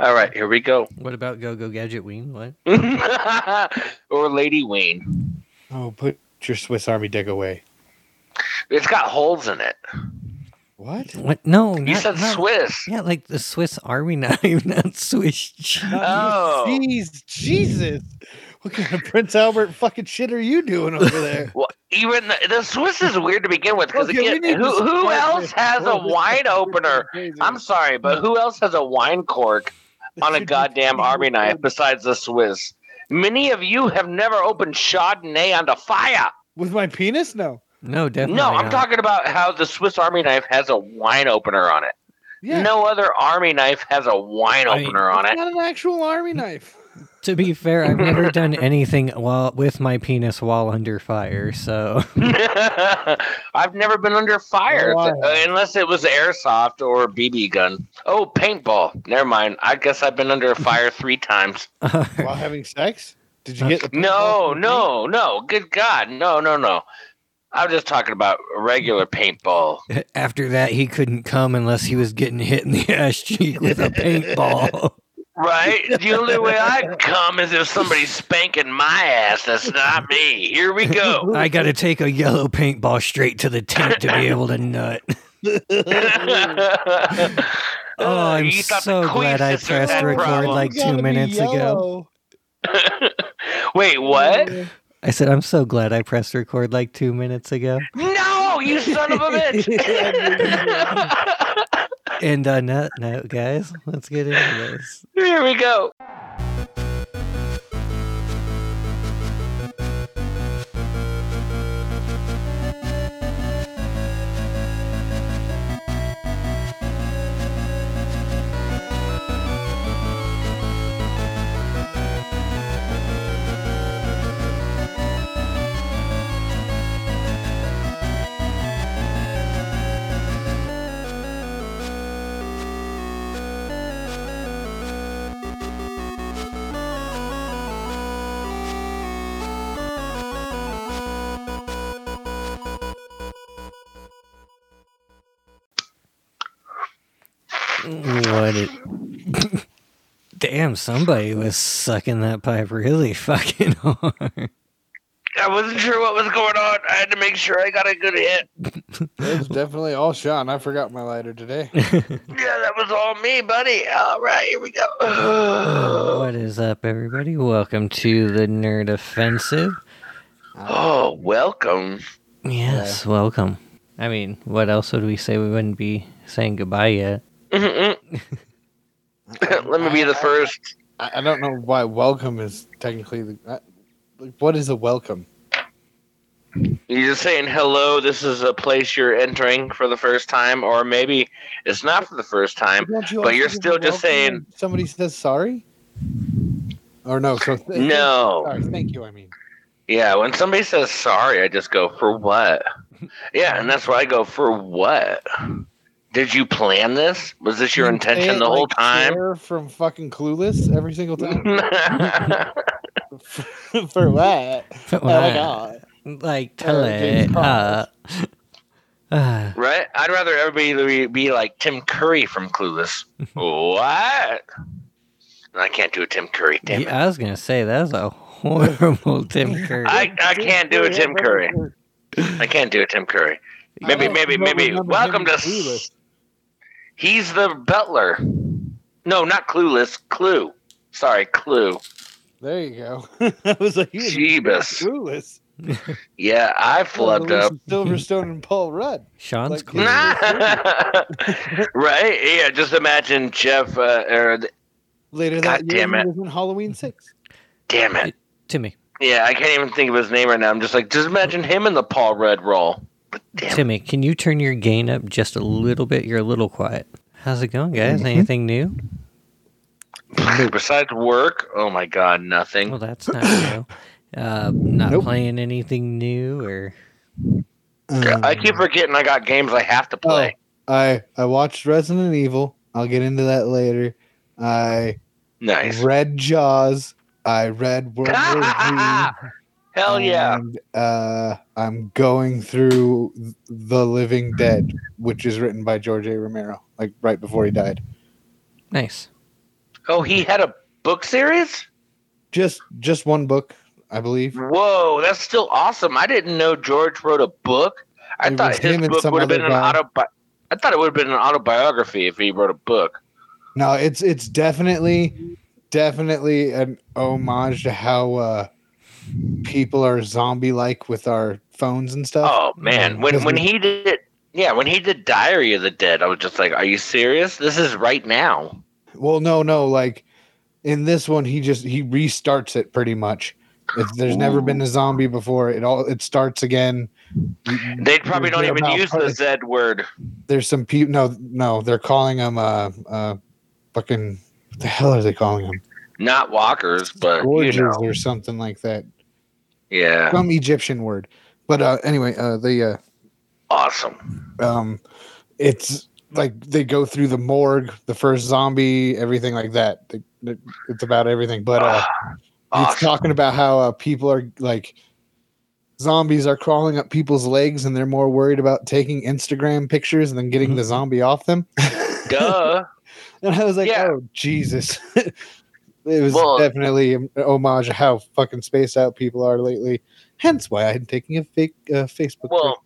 All right, here we go. What about Go Go Gadget Ween? What? or Lady Ween. Oh, put your Swiss Army dick away. It's got holes in it. What? What? No, You not- said not- Swiss. Yeah, like the Swiss Army knife, not Swiss. cheese. Oh. Jeez, Jesus. What kind of Prince Albert fucking shit are you doing over there? Well, even the, the Swiss is weird to begin with because Okay, we need to who, who start else this. has a Bro, this is wine opener? crazy. I'm sorry, but who else has a wine cork on This a is goddamn army knife ridiculous. besides the Swiss? Many of you have never opened Chardonnay onto fire. With my penis? No. No, definitely. No, I'm not. talking about how the Swiss Army knife has a wine opener on it. Yeah. No other army knife has a wine I- opener on It's it. not an actual army knife. To be fair, I've never done anything while with my penis while under fire. So I've never been under fire Wow. uh, unless it was airsoft or BB gun. Oh, paintball. Never mind. I guess I've been under fire three times. uh, While having sex? Did you get the No, no, no. Good God, no, no, no. I'm just talking about regular paintball. after that, he couldn't come unless he was getting hit in the ass cheek with a paintball. Right? The only way I'd come is if somebody's spanking my ass. That's not me. Here we go. I got to take a yellow paintball straight to the tent to be able to nut. Oh, I'm You thought the so Queen glad I sisters pressed had record problems. like You gotta two be minutes ago. yellow. Wait, what? I said, I'm so glad I pressed record like two minutes ago. No, you son of a bitch. And on that note, guys, let's get into this. Here we go. What it. Damn, somebody was sucking that pipe really fucking hard. I wasn't sure what was going on. I had to make sure I got a good hit. It was definitely all Sean. I forgot my lighter today. Yeah, that was all me, buddy. All right, here we Oh, go. what is up, everybody? Welcome to the Nerd Offensive. Oh, welcome. Yes, welcome. I mean, what else would we say? We wouldn't be saying goodbye yet. Mhm. Let me be the first. I, I don't know why welcome is technically the. I, like, what is a welcome? You're just saying hello. This is a place you're entering for the first time, or maybe it's not for the first time. Don't you But also you're give a still just welcome saying- when Somebody says sorry? Or no. So No. Sorry, thank you, I mean. Yeah, when somebody says sorry, I just go, for what? Yeah, and that's why I go, for what? Did you plan this? Was this your You say intention it the whole like time? Cher from fucking Clueless every single time. For what? Oh Like, tell Uh, James it. Uh, uh, right? I'd rather everybody be like Tim Curry from Clueless. what? I can't do a Tim Curry, damn yeah, I was going to say, that was a horrible Tim Curry. I- I can't do a Tim Curry. it. I can't do a Tim Curry. I Maybe, don't maybe, even maybe. remember Welcome him to. in S- Clueless. He's the butler. No, not clueless. Clue. Sorry, Clue. There you go. I was like, you was Jeebus. Clueless. Yeah, I flubbed Clueless up. and Silverstone and Paul Rudd. Sean's like- clue. right? Yeah. Just imagine Jeff. Uh, or the, Later God that year, damn he it. was in Halloween Six. damn it. Timmy. Yeah, I can't even think of his name right now. I'm just like, just imagine him in the Paul Rudd role. But damn. Timmy, can you turn your gain up just a little bit? You're a little quiet. How's it going, guys? Mm-hmm. Anything new? Besides work, oh my god, Well, Oh, nothing. that's not new. Uh, not Nope. playing anything new or I keep forgetting I got games I have to Oh, play. Um, I I watched Resident Evil. I'll get into that later. I Nice. read Jaws. I read World War Z. Hell yeah. And, uh, I'm going through The Living Dead, which is written by George A. Romero, like right before he died. nice. Oh, he had a book series? Just just one book, I believe. Whoa, that's still awesome. I didn't know George wrote a book. I It thought was his him and book some would have been other an guy. autobi- I thought it would have been an autobiography if he wrote a book. No, it's it's definitely definitely an homage to how uh people are zombie like with our phones and stuff. Oh man, when Because when we- he did yeah, when he did Diary of the Dead, I was just like, "Are you serious? This is right now." Well, no, no, like in this one he just he restarts it pretty much. If there's never been a zombie before, it all it starts again. They probably don't Yeah, even about use the part- Z word. There's some people no no, they're calling him uh uh fucking what the hell are they calling him? Not walkers, but Gorges you know, or something like that. yeah, Some Egyptian word. But uh anyway, uh the uh awesome. um it's like they go through the morgue the first zombie everything like that They- they- it's about everything but uh it's awesome. talking about how uh, people are like zombies are crawling up people's legs and they're more worried about taking instagram pictures and then getting the zombie off them Duh. and i was like Yeah. oh jesus it was Well- definitely an homage to how fucking spaced out people are lately hence why i'm taking a fake uh, facebook Well,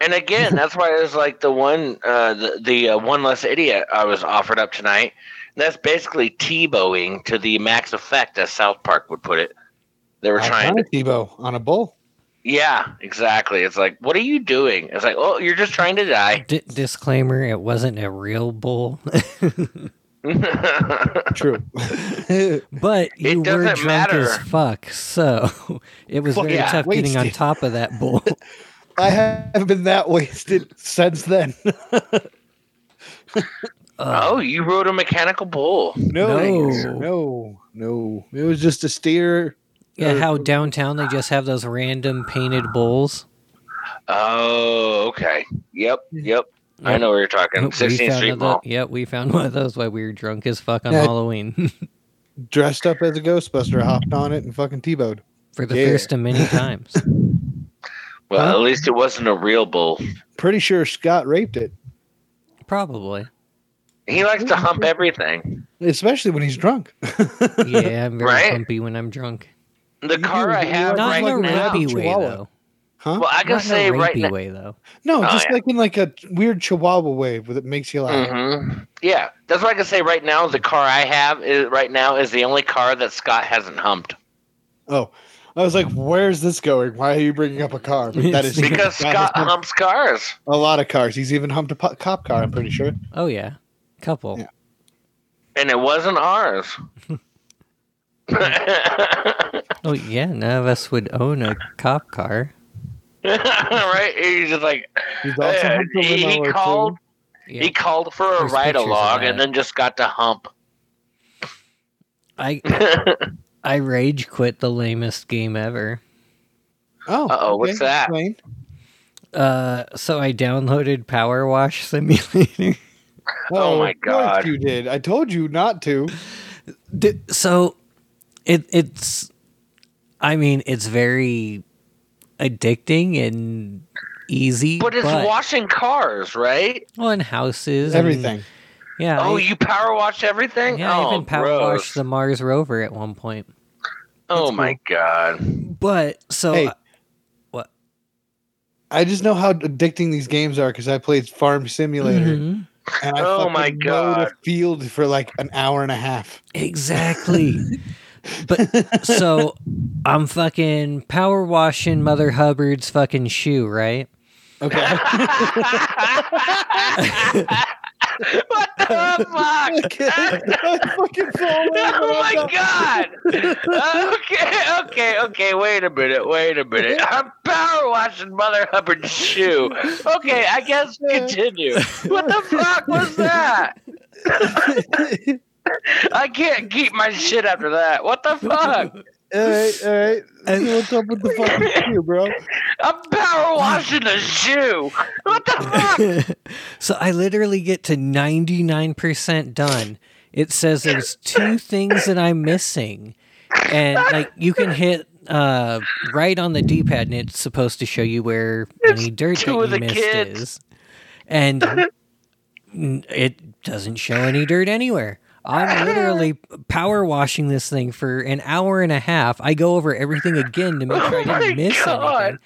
and again, that's why it was like the one, uh, the, the uh, one less idiot I was offered up tonight. That's basically T-bowing to the max effect, as South Park would put it. They were picture. trying to, Iconic Debo on a bowl yeah, exactly. It's like, what are you doing? It's like, oh, you're just trying to die. D- disclaimer: It wasn't a real bull, Uh. true but you were doesn't drunk matter. as fuck, so it was Fuck very yeah, tough getting on wasted. top of that bull. I haven't been that wasted since then. Uh, oh, you rode a mechanical bull. No, No. no, no. It was just a steer. yeah, how downtown they just have those random painted bulls. Oh, okay. Yep, yep. I Yep. know what you're talking. Nope, we 16th found Street another- Mall. yeah, we found one of those while we were drunk as fuck on Yeah. Halloween dressed up as a Ghostbuster, hopped on it and fucking T-bowed. for the Yeah. first of many times. Well, Huh? at least it wasn't a real bull. Pretty sure Scott raped it, Probably. He likes to hump everything. especially when he's drunk. Yeah, I'm very Right? humpy when I'm drunk. The You car do, I you have are Not right in a now. rabby way Chihuahua. though. Huh? Well, I Not in can say a right rapey now. way though. no, oh, just yeah. like in like a weird Chihuahua way that makes you laugh. hmm Yeah, that's what I can say right now. The car I have is, right now is the only car that Scott hasn't humped Oh, Mm-hmm. I was like, where's this going? Why are you bringing up a car? But that is because that Scott has humped humps cars. a lot of cars. He's even humped a po- cop car. I'm pretty sure. Oh yeah, couple. Yeah. And it wasn't ours. Oh yeah, none of us would own a cop car. right? He's just like He's also uh, humped a he, limo he or two. called. Yeah. He called for a There's ride pictures of along and that. then just got to hump. I uh I rage quit the lamest game ever. Oh, oh, what's okay, that? explain. Uh, so I downloaded Power Wash Simulator. Oh, my of course God. You did. I told you not to. D- so it it's I mean it's very addicting and easy. But it's washing cars, right? on houses and- Everything. yeah. oh, I, you power wash everything? yeah, oh, I even power gross. washed the Mars rover at one point. Oh my god. But so Hey. what? I just know how addicting these games are because I played Farm Simulator Mhm. and I Oh fucking my mowed God. a field for like an hour and a half. Exactly. but so I'm fucking power washing Mother Hubbard's fucking shoe, right? Okay. Oh what the fuck? I fucking fall over. Oh I'm my not- god! Okay, okay, okay. Wait a minute. Wait a minute. I'm power washing Mother Hubbard's shoe. Okay, I guess continue. What the fuck was that? I can't keep my shit after that. What the fuck? all right, all right. See what's up with the fucking shoe, bro? I'm power washing a shoe. What the fuck? so I literally get to 99% done. It says there's two things that I'm missing. And like you can hit uh right on the D-pad and it's supposed to show you where any dirt that two you of the missed kids. is. And n- it doesn't show any dirt anywhere. I'm literally power washing this thing for an hour and a half. I go over everything again to make sure Oh I didn't my miss God. anything,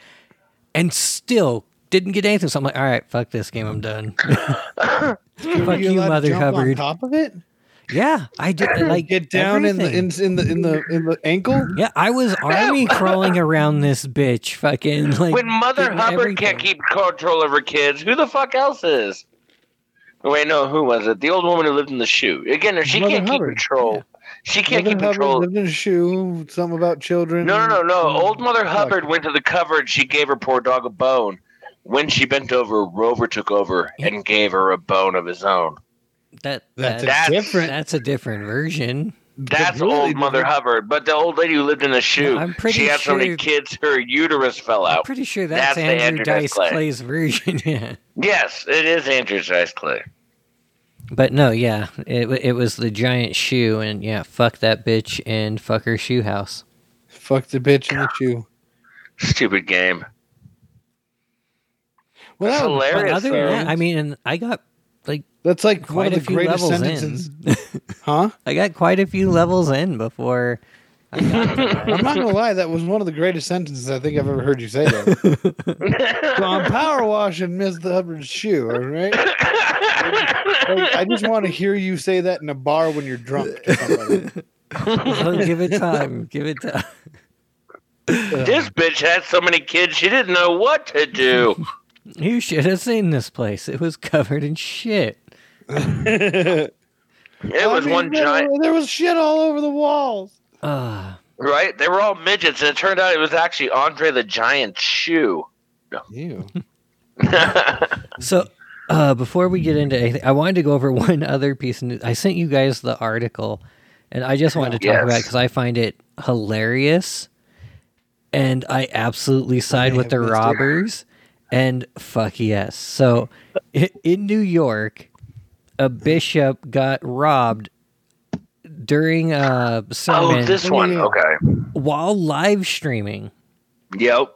and still didn't get anything. So I'm like, all right, fuck this game. I'm done. fuck you, allowed to Mother jump On Hubbard. top of it, Yeah, I did. Like get down in the, everything. in, in the in the in the ankle. Yeah, I was army crawling around this bitch, fucking like when Mother getting Hubbard everything. can't keep control of her kids, who the fuck else is? Oh, Wait, no, who was it? The old woman who lived in the shoe. Again, if she Mother can't Hubbard. keep control. She can't Mother keep Hubbard control. lived in a shoe. Something about children. No, no, no, no. Old Mother Fuck. Hubbard went to the cupboard. She gave her poor dog a bone. When she bent over, Rover took over and gave her a bone of his own. that. That's, that- That's- a different. that's a different version. That's completely old Mother different. Hubbard. But the old lady who lived in the shoe, I'm pretty she had so many sure- kids, her uterus fell Oh, I'm out. pretty sure That's that's, the Andrew Andrew Dice Dice Clay. Clay's version. Yeah, Yes, it is Andrew Dice Clay. but no, yeah, it wa- it was the giant shoe, and yeah, fuck that bitch and fuck her shoe house. Fuck the bitch in the shoe. Stupid game. Well, That's that was- But hilarious. other than though. that, I mean, and I got like that's like quite one a of the few greatest levels sentences, in. huh? I got quite a few levels in before. I got to that. I'm not gonna lie, that was one of the greatest sentences I think I've ever heard you say. That. so I'm power washing Miss Hubbard's shoe. All right. I just want to hear you say that in a bar when you're drunk. to somebody. Oh, give it time. Give it time. this bitch had so many kids, she didn't know what to do. You should have seen this place. It was covered in shit. It I was mean, one there- giant, There was shit all over the walls. Ah, right? They were all midgets, and it turned out it was actually Andre the Giant's shoe. Ew. so uh, before we get into anything, I wanted to go over one other piece. Of news. I sent you guys the article, and I just wanted to talk Yes. about because I find it hilarious, and I absolutely side with have the missed it. robbers. And fuck yes. So i- in New York, a bishop got robbed during a sermon Oh, this one. yeah. Okay. while live streaming. Yep.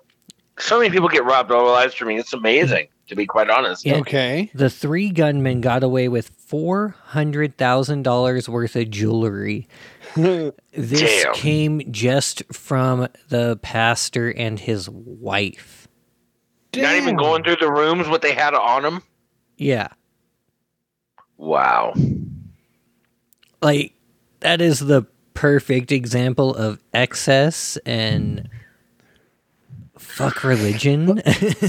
So many people get robbed over live streaming. It's amazing, to be quite honest. Yeah. Okay. The three gunmen got away with four hundred thousand dollars worth of jewelry. This Damn. came just from the pastor and his wife. Not even Damn. going through the rooms, what they had on them. Yeah, Wow. like that is the perfect example of excess and fuck religion.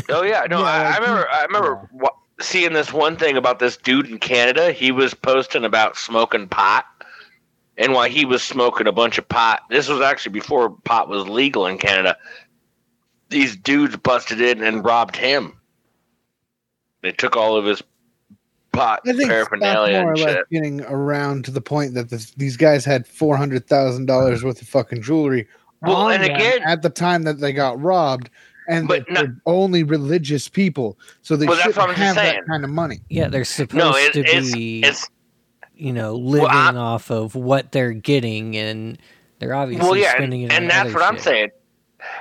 Oh yeah, no, Yeah, I, I like, remember. I remember wa- seeing this one thing about this dude in Canada. He was posting about smoking pot, and while he was smoking a bunch of pot, this was actually before pot was legal in Canada. These dudes busted in and robbed him. They took all of his pot I think it's more paraphernalia or and less shit. getting around to the point that this, these guys had four hundred thousand dollars worth of fucking jewelry. Well, on and them again- at the time that they got robbed, and But but no- only religious people, so they Well, that's what shouldn't I'm just have that saying. kind of money. yeah, they're supposed No, it, to it's be. it's you know, living I- off of what they're getting, and they're obviously well, yeah, and, spending it. on and that's other what I'm shit. saying.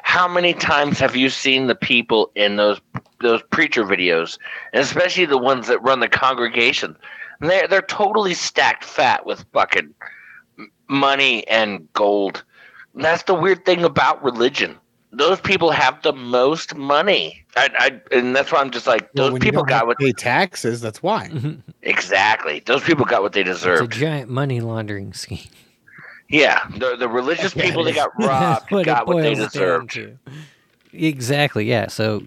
How many times have you seen the people in those those preacher videos, and especially the ones that run the congregation? They're they're totally stacked fat with fucking m- money and gold. And that's the weird thing about religion. Those people have the most money, I, I, and that's why I'm just like Well, those when you people don't have got Mm. to what pay taxes. That's why. exactly. Those people got what they It's a deserved. giant money laundering scheme. yeah, the the religious Yeah, it people that is. got robbed That's what got it what they boils down deserved. to. Exactly. Yeah. So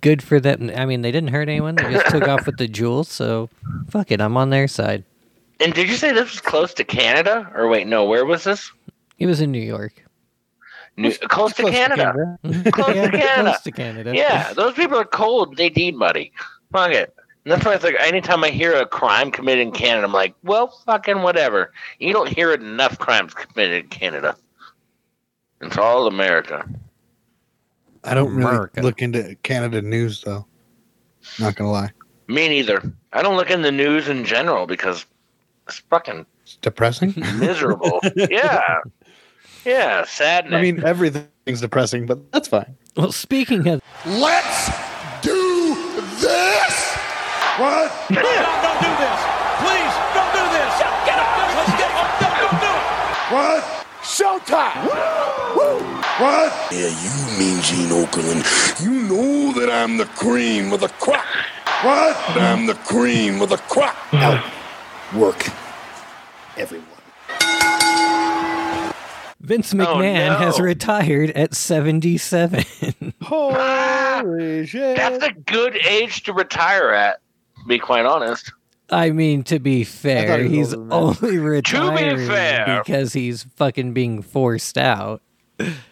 good for them. I mean, they didn't hurt anyone. They just took off with the jewels. So fuck it. I'm on their side. And did you say this was close to Canada? Or wait, no, where was this? It was in New York. New, close, to Close to Canada. Canada. Close to Yeah, Canada. Close to Canada. Yeah, those people are cold. They need money. Fuck it. And that's why it's like anytime I hear a crime committed in Canada, I'm like, well, fucking whatever. You don't hear enough crimes committed in Canada. It's all America. I don't really America. look into Canada news though. Not gonna lie, Me neither. I don't look in the news in general because it's fucking it's depressing. miserable. yeah. Yeah, sadness. I mean, everything's depressing, but that's fine. Well, speaking of Let's do this. What? Don't do this. Please, don't do this. Get up. showtime. Woo! What? Yeah, you mean Gene Okerlund. You know that I'm the cream of the crop. What? I'm the cream of the crop. Mm-hmm. Now, work, everyone. Vince McMahon Oh, no. has retired at 77. Holy shit. That's a good age to retire at. To be quite honest. I mean, to be fair, he was he's older only retiring fair. because he's fucking being forced out.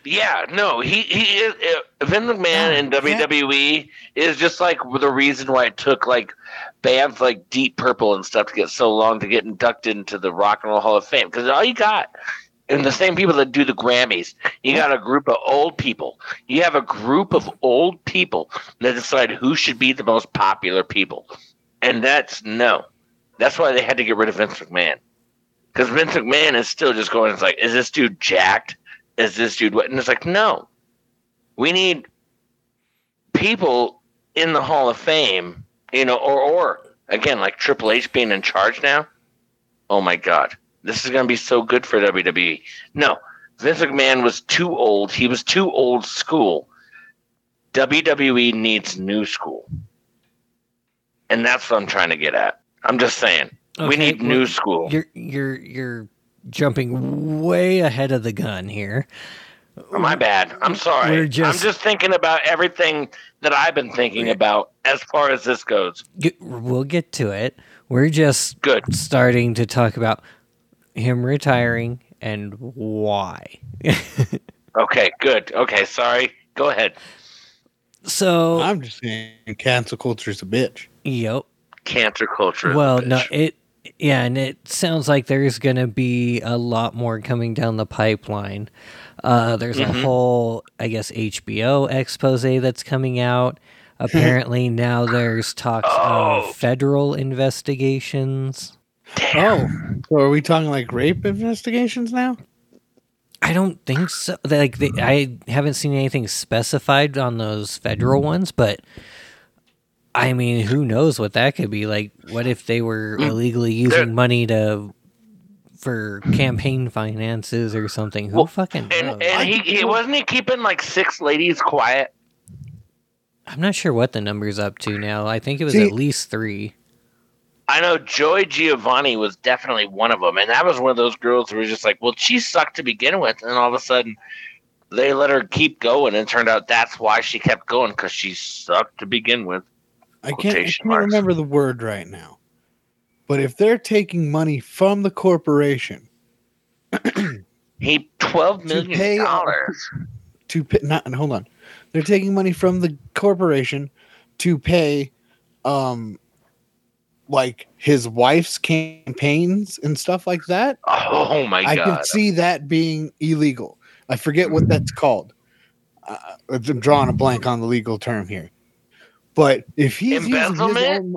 Yeah, no, he he is uh, Vince McMahon in WWE is just like the reason why it took like bands like Deep Purple and stuff to get so long to get inducted into the Rock and Roll Hall of Fame because all you got. And the same people that do the Grammys, you got a group of old people. You have a group of old people that decide who should be the most popular people, and that's no. That's why they had to get rid of Vince McMahon, because Vince McMahon is still just going. It's like, is this dude jacked? is this dude what? And it's like, no, we need people in the Hall of Fame, you know, or or again, like Triple H being in charge now. Oh my God, this is going to be so good for WWE. No, Vince McMahon was too old. He was too old school. WWE needs new school, and that's what I'm trying to get at. I'm just saying. we Okay, need well, new school. You're you're you're jumping way ahead of the gun here. Oh, my bad. I'm We're sorry. just- I'm just thinking about everything that I've been thinking about as far as this goes. Get- We'll get to it. We're just Good. starting to talk about him retiring and why. Okay, good. Okay, sorry. Go ahead. So, Oh. I'm just saying, cancel culture's a bitch. yep. Cancer culture. is a Well, no, bitch. it yeah, and it sounds like there's going to be a lot more coming down the pipeline. Uh, there's Mm-hmm. a whole, I guess, HBO expose that's coming out. Apparently now there's talks Oh. of federal investigations. Oh, so are we talking like rape investigations now? I don't think so. Like they, I Mm-hmm. haven't seen anything specified on those federal ones, but I mean, who knows what that could be? Like, what if they were illegally using money to for campaign finances or something? Who fucking knows? and and he, he wasn't he keeping like six ladies quiet. I'm not sure what the number's up to now. I think it was See- at least three. I know Joy Giovanni was definitely one of them, and that was one of those girls who was just like, well, she sucked to begin with, and all of a sudden they let her keep going, and it turned out that's why she kept going because she sucked to begin with. I can't, I Quotation can't marks. remember the word right now. But if they're taking money from the corporation He twelve million pay- dollars. to pay, not hold on, they're taking money from the corporation to pay, um, like his wife's campaigns and stuff like that. Oh my I god! can see that being illegal. I forget what that's called. Uh, I'm drawing a blank on the legal term here. But if he's using his Embezzlement? own-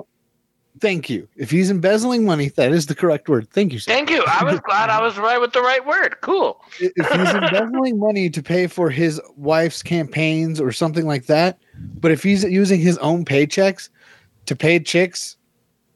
thank you. If he's embezzling money, that is the correct word. Thank you. Stan. Thank you. I was glad I was right with the right word. Cool. if he's embezzling money to pay for his wife's campaigns or something like that, but if he's using his own paychecks to pay chicks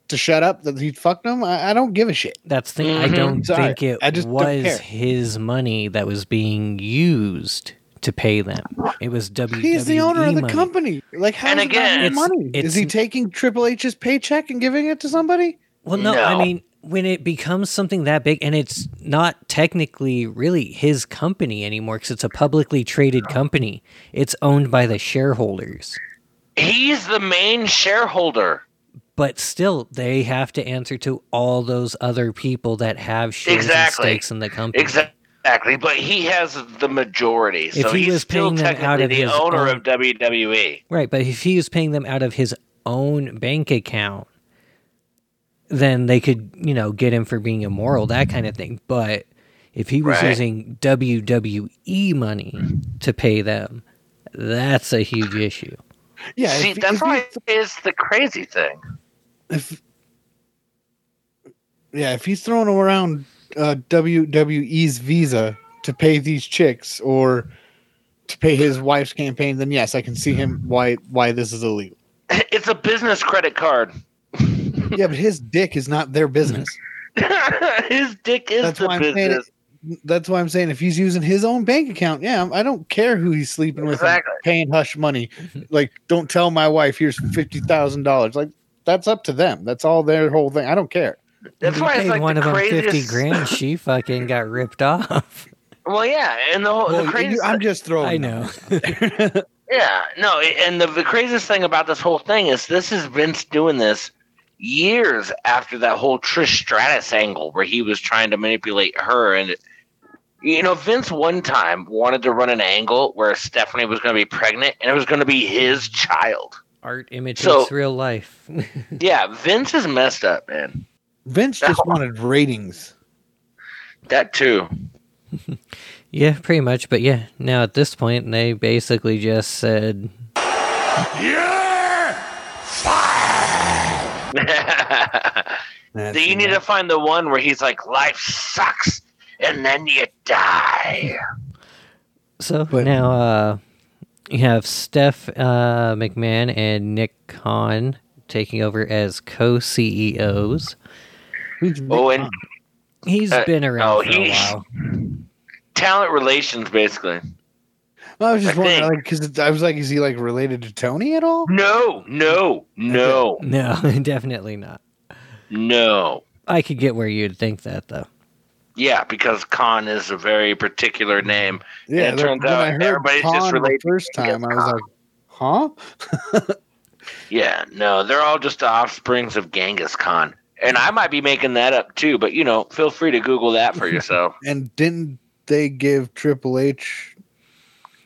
to shut up that he fucked them, I, I don't give a shit. That's the thing. I Mhm. don't Sorry, think it I just don't care. was his money that was being used to pay them. It was WWE. He's the owner of the E money. company. Like, how And does again- that It's- make money? it's- is he taking Triple H's paycheck and giving it to somebody? Well, no, I No. mean, when it becomes something that big and it's not technically really his company anymore because it's a publicly traded company, it's owned by the shareholders. He's the main shareholder. But still, they have to answer to all those other people that have shares Exactly. and stakes in the company. Exactly. But he has the majority. so he he's was still paying them technically out of the his owner own- of E. WWE. Right. But if he was paying them out of his own bank account, then they could, you know, get him for being immoral, that kind of thing. But if he was Right. using WWE money to pay them, that's a huge issue. Yeah, if See, he- that's if he- why it's the crazy thing. if yeah, if he's throwing around uh, WWE's visa to pay these chicks or to pay his wife's campaign, then yes, I can see him why why this is illegal. It's a business credit card. yeah, but his dick is not their business. His dick is That's the why I'm saying it. business. that's why I'm saying if he's using his own bank account, yeah, I don't care who he's sleeping with, and Exactly. paying hush money. Like, don't tell my wife here's fifty thousand dollars. Like, that's up to them. That's all their whole thing. I don't care. That's You why it's paid like one the of them craziest. fifty grand. She fucking got ripped off. Well, yeah, and the whole Well, the you- craziest. I'm just Oh, throwing. I know. Yeah, no, and the, the craziest thing about this whole thing is this is Vince doing this years after that whole Trish Stratus angle where he was trying to manipulate her. And, you know, Vince one time wanted to run an angle where Stephanie was going to be pregnant and it was going to be his child. Art imitates So- real life. Yeah, Vince is messed up, man. Vince just wanted ratings. That too. yeah, pretty much. But yeah, now at this point, they basically just said, Yeah! That's you need to find the one where he's like, life sucks and then you die. So But- now uh, you have Steph uh, McMahon and Nick Kahn taking over as E co CEOs. Who's Oh, and He's Uh, been around oh, for a he's- while. talent relations, basically. I was just I wondering, think- like, because I was like, is he like related to Tony at all? No, no, no, No, definitely not. no. I could get where you'd think that though. Yeah, because Khan is a very particular name. Mm-hmm. it Yeah, that- turns when out I heard everybody's just Khan the related first to time, I was like, huh? Yeah, no, they're all just the offsprings of Genghis Khan. And I might be making that up too, but you know, feel free to Google that for yourself. And didn't they give Triple H?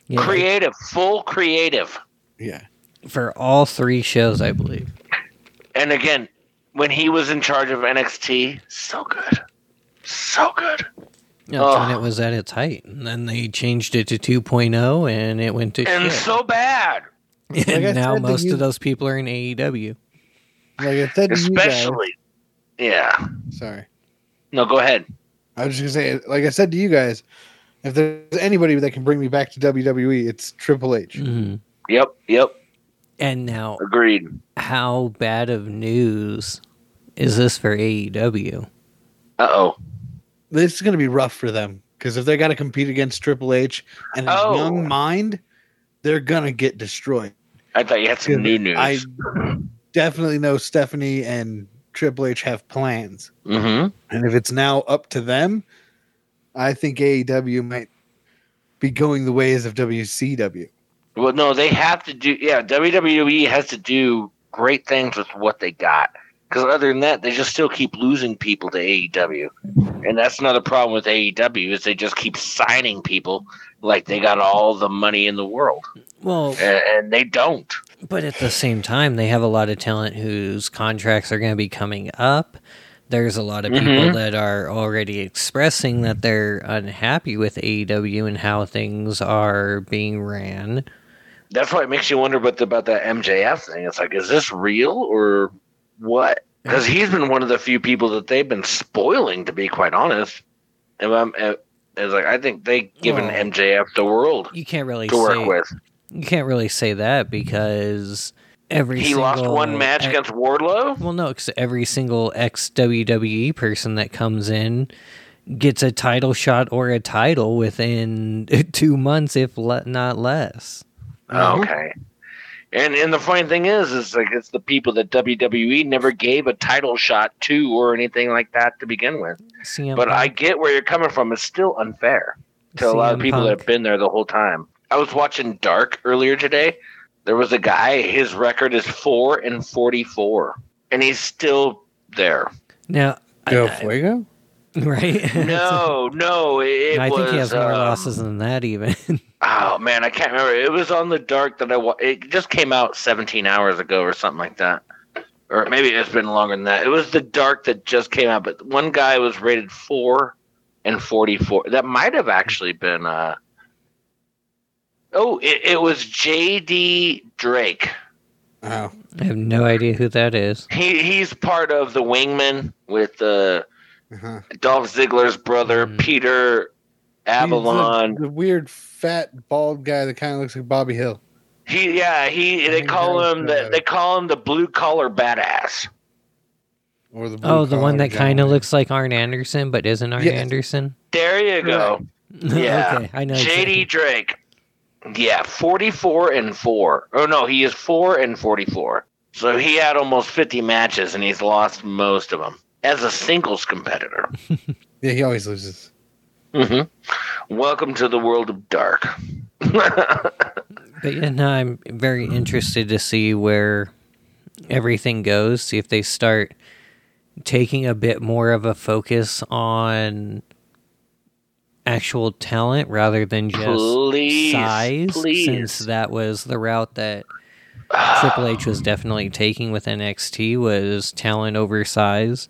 Yeah, creative, full creative. Yeah, for all three shows, I believe. And again, when he was in charge of NXT, so good. So good. That's when Ugh. it was at its height, and then they changed it to 2.0, and it went to And shit. so bad. and Like I now said to most you- of those people are in E AEW. like I said, to you guys- Especially Yeah. sorry, No, go ahead. I was just gonna say, like I said to you guys, if there's anybody that can bring me back to WWE, it's Triple H. Mhm. Yep, yep. And now Agreed. how bad of news is this for E AEW? Uh oh. This is gonna be rough for them because if they got to compete against Triple H and a Oh. young mind, they're gonna get destroyed. I thought you had some new news. I definitely know Stephanie and Triple H have plans. mm-hmm. And if it's now up to them, I think AEW might be going the ways of WCW. Well, no, they have to do. Yeah, WWE has to do great things with what they got. Because other than that, they just still keep losing people to AEW, and that's another problem with AEW is they just keep signing people like they got all the money in the world, Well, and, and they don't. but at the same time, they have a lot of talent whose contracts are going to be coming up. There's a lot of people Mhm. that are already expressing that they're unhappy with AEW and how things are being ran. That's why it makes you wonder about the, about that MJF thing. It's like, is this real or what? Because he's been one of the few people that they've been spoiling, to be quite honest. And I'm, uh, it's like I think they given Well, MJF the world You can't really to work say with. you can't really say that because every He lost single- e- one match I- against Wardlow. Well, no, because every single ex WWE person that comes in gets a title shot or a title within two months, if le- not less. Oh, okay. And and the funny thing is, is like it's the people that WWE never gave a title shot to or anything like that to begin with. CM But I Punk, get where you're coming from. It's still unfair to a lot of CM people that Punk. have been there the whole time. I was watching Dark earlier today. There was a guy. His record is four and forty-four, and he's still there. now, Del I- Fuego? I- right? No, no, it, it I think he was, has more um, losses than that, even. Oh man, I can't remember. It was on the dark that I wa- it just came out 17 hours ago or something like that. Or maybe it's been longer than that. It was the dark that just came out, but one guy was rated 4 and 44. That might have actually been uh Oh, it, it was JD Drake. Oh, I have no idea who that is. He he's part of the Wingmen with uh uh-huh. Dolph Ziggler's brother Mhm. Peter Avalon. He's The, the weird, fat, bald guy that kind of looks like Bobby Hill. He yeah he they He call does him the, that. they call him the blue collar badass. or the Oh, the one that kind of looks looks. like Arn Anderson but isn't Arn Yeah. Anderson. There you go. Yeah. okay, I know. JD Drake. Yeah, 44 and 4. Oh, no, he is 4 and 44. So he had almost 50 matches and he's lost most of them as a singles competitor. Yeah, he always loses. hmm Mm-hmm. Welcome to the world of dark. But yeah, no, I'm very Mm. interested to see where everything goes. See if they start taking a bit more of a focus on actual talent rather than just Please, size, please. since that was the route that Triple H was definitely taking with NXT was talent over size.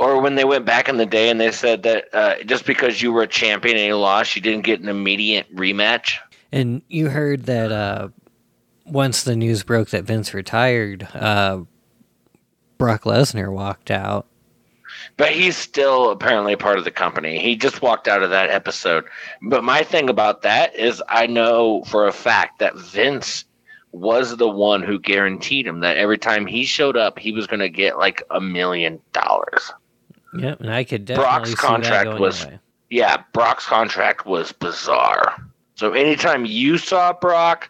or when they went back in the day and they said that uh, just because you were a champion and you lost, you didn't get an immediate rematch. And you heard that uh, once the news broke that Vince retired, uh, Brock Lesnar walked out. But he's still apparently part of the company. He just walked out of that episode. But my thing about that is, I know for a fact that Vince was the one who guaranteed him that every time he showed up, he was going to get like a million dollars. Yep, and I could definitely Brock's see that contract going was- away. Yeah, Brock's contract was bizarre. So anytime you saw Brock,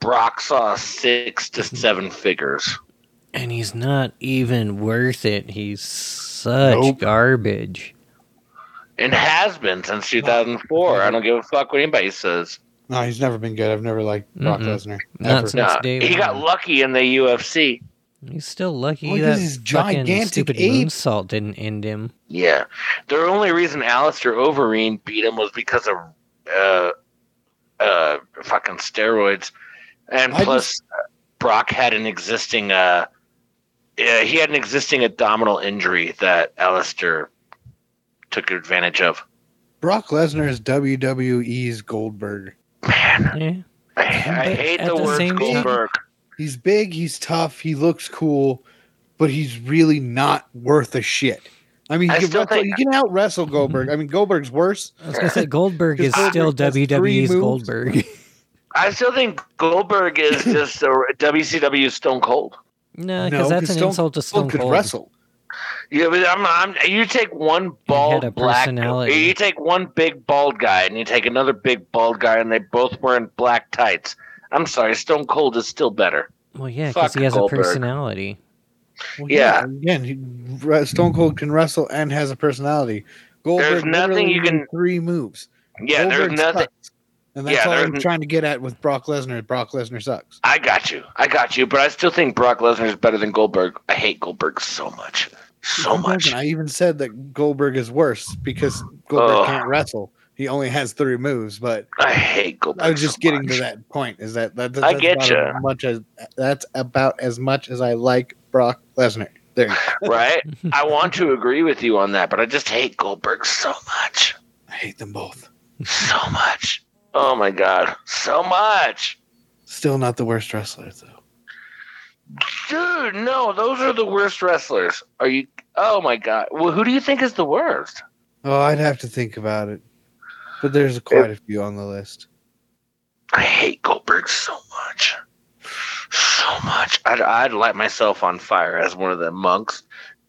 Brock saw six to seven figures. and he's not even worth it. He's such Nope. garbage. And has been since 2004. I don't give a fuck what anybody says. No, he's never been good. I've never liked Brock Mm-mm. Lesnar. Not ever. since- No, day he got one. lucky in the UFC. He's still lucky Well, that he's this fucking gigantic stupid ape. moonsault didn't end him. Yeah. The only reason Alistair Overeem beat him was because of uh, uh, fucking steroids. And I plus, uh, Brock had an existing. Uh, yeah, he had an existing abdominal injury that Alistair took advantage of. Brock Lesnar is WWE's Goldberg. Man, Yeah. I, I hate at the, the word same time- Goldberg. He's big, he's tough, he looks cool, but he's really not worth a shit. I mean, I he can, still wrestle, think- he can out wrestle Goldberg. I mean, Goldberg's worse. I was gonna say Goldberg is Because still Goldberg has three WWE's moves. Goldberg. I still think Goldberg is just a WCW Stone Cold. no, No, because that's 'cause an Stone insult to Stone could Cold. wrestle. Yeah, but I'm, I'm, you take one a bald black, personality. you take one big bald guy, and you take another big bald guy, and they both wearing black tights. I'm sorry, Stone Cold is still better. Well, yeah, Fuck because he has Goldberg. a personality. Well, Yeah. Again, he, re- Stone Cold can wrestle and has a personality. Goldberg nothing literally you can- did three moves. Yeah, Goldberg there's nothing. sucks. And that's Yeah, all there's I'm n- trying to get at with Brock Lesnar. is Brock Lesnar sucks. I got you, I got you, but I still think Brock Lesnar is better than Goldberg. I hate Goldberg so much, so He much. doesn't. I even said that Goldberg is worse because Goldberg Ugh. can't wrestle. He only has three moves, but I hate Goldberg. I was just so getting much. to that point. Is that, that that's I get about ya. as Much as that's about as much as I like Brock Lesnar. There, you go. right? I want to agree with you on that, but I just hate Goldberg so much, I hate them both. so much. Oh my god, so much. Still not the worst wrestler though. Dude, no, those are the worst wrestlers. Are you? Oh my god. Well, who do you think is the worst? Oh, I'd have to think about it, but there's quite a few on the list. I hate Goldberg so much, so much. I'd, I'd light myself on fire as one of the monks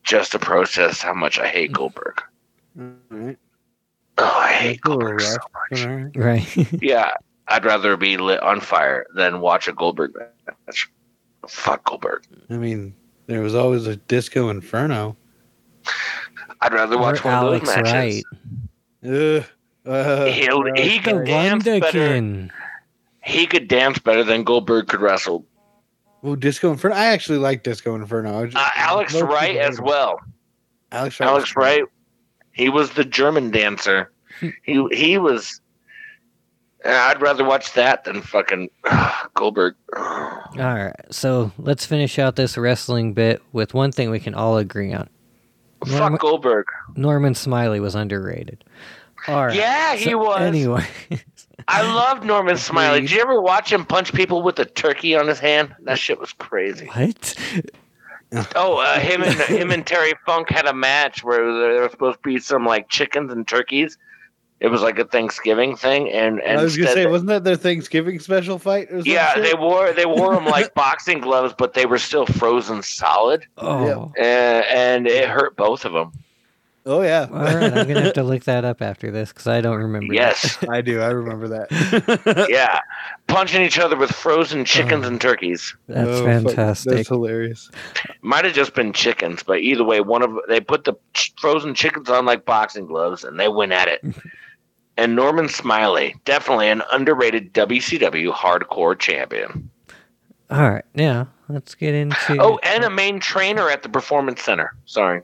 just to protest how much I hate Goldberg. All right. Oh, I hate That's a little Goldberg so much. All right. Right. Yeah, I'd rather be lit on fire than watch a Goldberg match. Fuck Goldberg. I mean, there was always a Disco Inferno. I'd rather watch Or one Alex of those matches. Wright. Ugh. Uh, He'll, uh, he The could dance better. Wonderkin. He could dance better than Goldberg could wrestle. Ooh, Disco Inferno. I actually like Disco Inferno. I was Uh, just- Alex most people Wright hate as him. well. Alex Wright. Alex Wright, he was the German dancer. Hmm. he he was. Uh, I'd rather watch that than fucking Goldberg. All right, so let's finish out this wrestling bit with one thing we can all agree on. Fuck Goldberg. Norman Smiley was underrated. All right. Yeah, he so was. Anyway, I loved Norman Smiley. Agreed. Did you ever watch him punch people with a turkey on his hand? That shit was crazy. what? Oh, uh, him and him and Terry Funk had a match where there was supposed to be some like chickens and turkeys, It was like a Thanksgiving thing, and, and I was gonna instead- say, wasn't that their Thanksgiving special fight? Or some yeah, shit? they wore they wore them like boxing gloves, but they were still frozen solid, Oh, Yep. all uh, and it hurt both of them. Oh yeah, right. I'm gonna have to look that up after this because I don't remember. that. Yes, I do. I remember that. yeah, punching each other with frozen chickens Oh. and turkeys. that's Oh, fuck, fantastic. That's hilarious. Might have just been chickens, but either way, one of they put the ch- frozen chickens on like boxing gloves, and they went at it. and Norman Smiley, definitely an underrated WCW hardcore champion. All right, now let's get into. Oh, and a main trainer at the Performance Center. Sorry.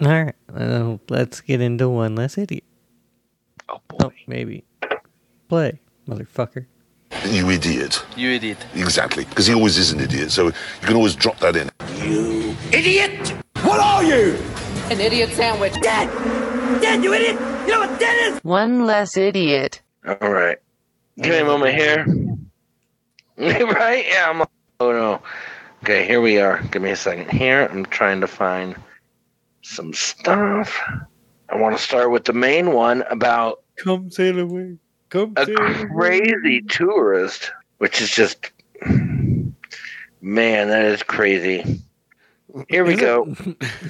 all right, uh, let's get into one less idiot. Oh boy. Oh, maybe play, motherfucker. You idiot. You idiot. Exactly. Because he always is an idiot. So you can always drop that in. You idiot! What are you? An idiot sandwich. Dead! Dead, you idiot! You know what dead is? One less idiot. All right. Give me a moment here. right? Yeah, I'm oh no. Okay, here we are. Give me a second here. I'm trying to find some stuff. I want to start with the main one about Come sail away. Come a sail away. crazy tourist, which is just man, that is crazy. Here we Is it? go.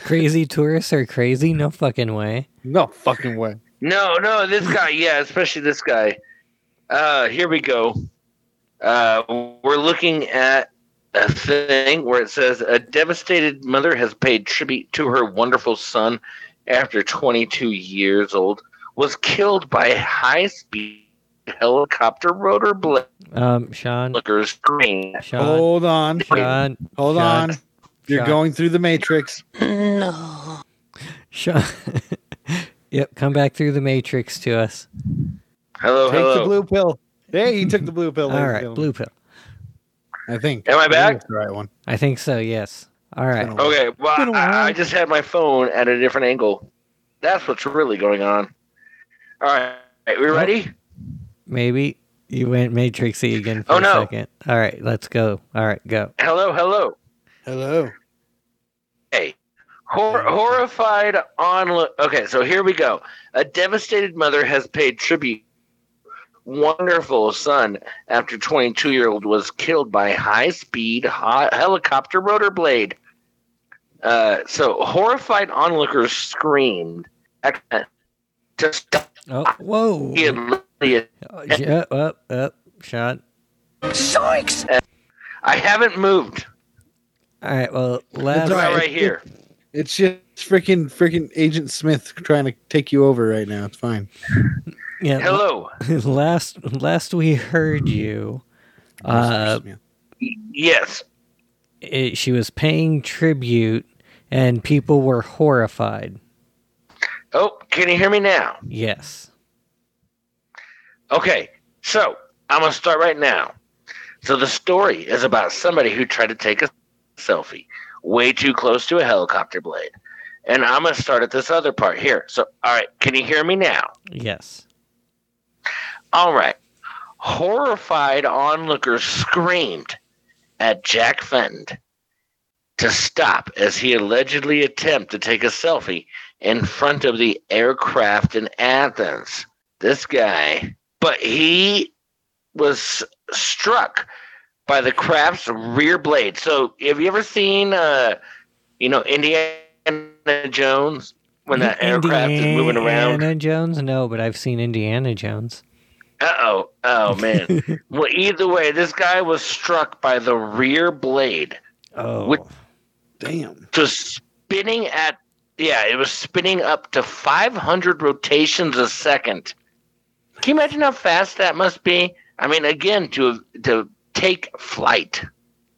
Crazy tourists are crazy. No fucking way. No fucking way. No, no, this guy, yeah, especially this guy. Uh, here we go. Uh, we're looking at a thing where it says a devastated mother has paid tribute to her wonderful son after 22 years old was killed by a high-speed helicopter rotor blade Um, Sean, flickers screen. Sean, Hold on. Sean, Hold Sean, on. You're Sean. going through the matrix. Sean. yep, come back through the matrix to us. Hello, Take Oh, hello. the blue pill. Hey, he took the blue All pill. ladies and right, gentlemen. blue pill. I think. Am I I think back? it's The right one. I think so. Yes. All right. Been a while. Okay, Been a well, while. I, I just had my phone at a different angle. That's what's really going on. All right, we ready? Maybe you went matrixy again for Oh, a no. second. All right, let's go. All right, go. Hello, hello. Hello. Hey, Hor- horrified on. Okay, so here we go. A devastated mother has paid tribute. Wonderful son, after 22 year old was killed by high speed helicopter rotor blade. Uh, so horrified onlookers screamed. at- Just Oh, whoa. he had literally- Oh, j- up, up, up, Sean. I haven't moved. All right, well, It's last. all not right. right here. It's just freaking freaking Agent Smith trying to take you over right now. It's fine. Yeah, Hello. last last we heard you, uh, Agent Smith. Y- Yes. it, she was paying tribute and people were horrified. Oh, can you hear me now? Yes. Okay, so I'm gonna start right now. So the story is about somebody who tried to take a selfie way too close to a helicopter blade, and I'm gonna start at this other part here. So, all right, can you hear me now? Yes. All right. Horrified onlookers screamed at Jack Fenton to stop as he allegedly attempted to take a selfie in front of the aircraft in Athens. This guy, but he was struck by the craft's rear blade. So, have you ever seen, uh, you know, Indiana Jones when that aircraft is moving around? Indiana Jones? No, but I've seen Indiana Jones. Uh oh. Oh, man. well, either way, this guy was struck by the rear blade, Oh. Which- Damn. just spinning at, yeah, it was spinning up to 500 rotations a second. Can you imagine how fast that must be? I mean, again, to to take flight.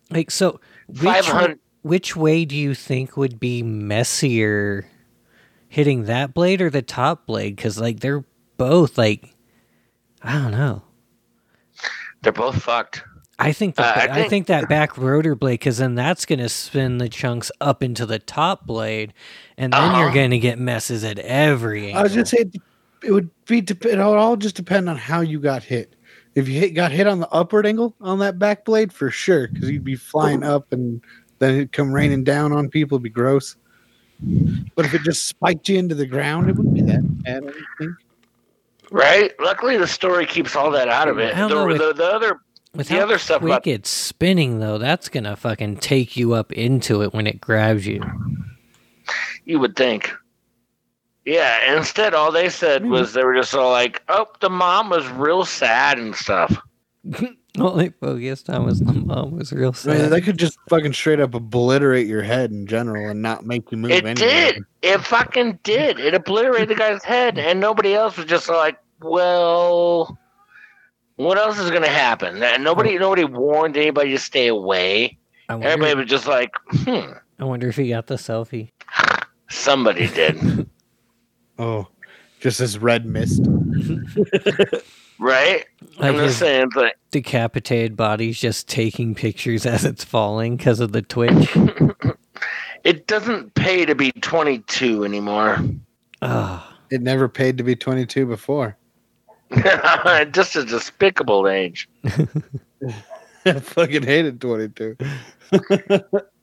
Like so, which, 500 which way do you think would be messier, hitting that blade or the top blade? Because like they're both like, I don't know. They're both fucked. I think the, Uh, I I, think, think- that back rotor blade because then that's gonna spin the chunks up into the top blade, and then you're Uh-huh. gonna get messes at every angle. I was just saying it would be dep- it would all just depend on how you got hit. If you hit got hit on the upward angle on that back blade for sure, because you'd be flying up and then it'd come raining down on people. It'd be gross. But if it just spiked you into the ground, it wouldn't be that bad. I don't think. Right? Luckily, the story keeps all that out of it. I don't The, know if- the, the other With The how other stuff quick about- it's spinning though, that's gonna fucking take you up into it when it grabs you. You would think. Yeah, instead, all they said was they were just all like, oh, the mom was real sad and stuff. Only focused on was the mom was real I mean, sad. they could just fucking straight up obliterate your head in general and not make you move. it anywhere. did. It fucking did. It obliterated the guy's head, and nobody else was just like, well, what else is going to happen? And nobody, nobody warned anybody to stay away. I wonder, Everybody was just like, hmm, I wonder if he got the selfie. somebody did. Oh, just this red mist. right? Like I'm just his saying, it's like, decapitated body's just taking pictures as it's falling because of the twitch. it doesn't pay to be 22 anymore. Ah, It never paid to be 22 before. just a despicable age. I fucking hated 22.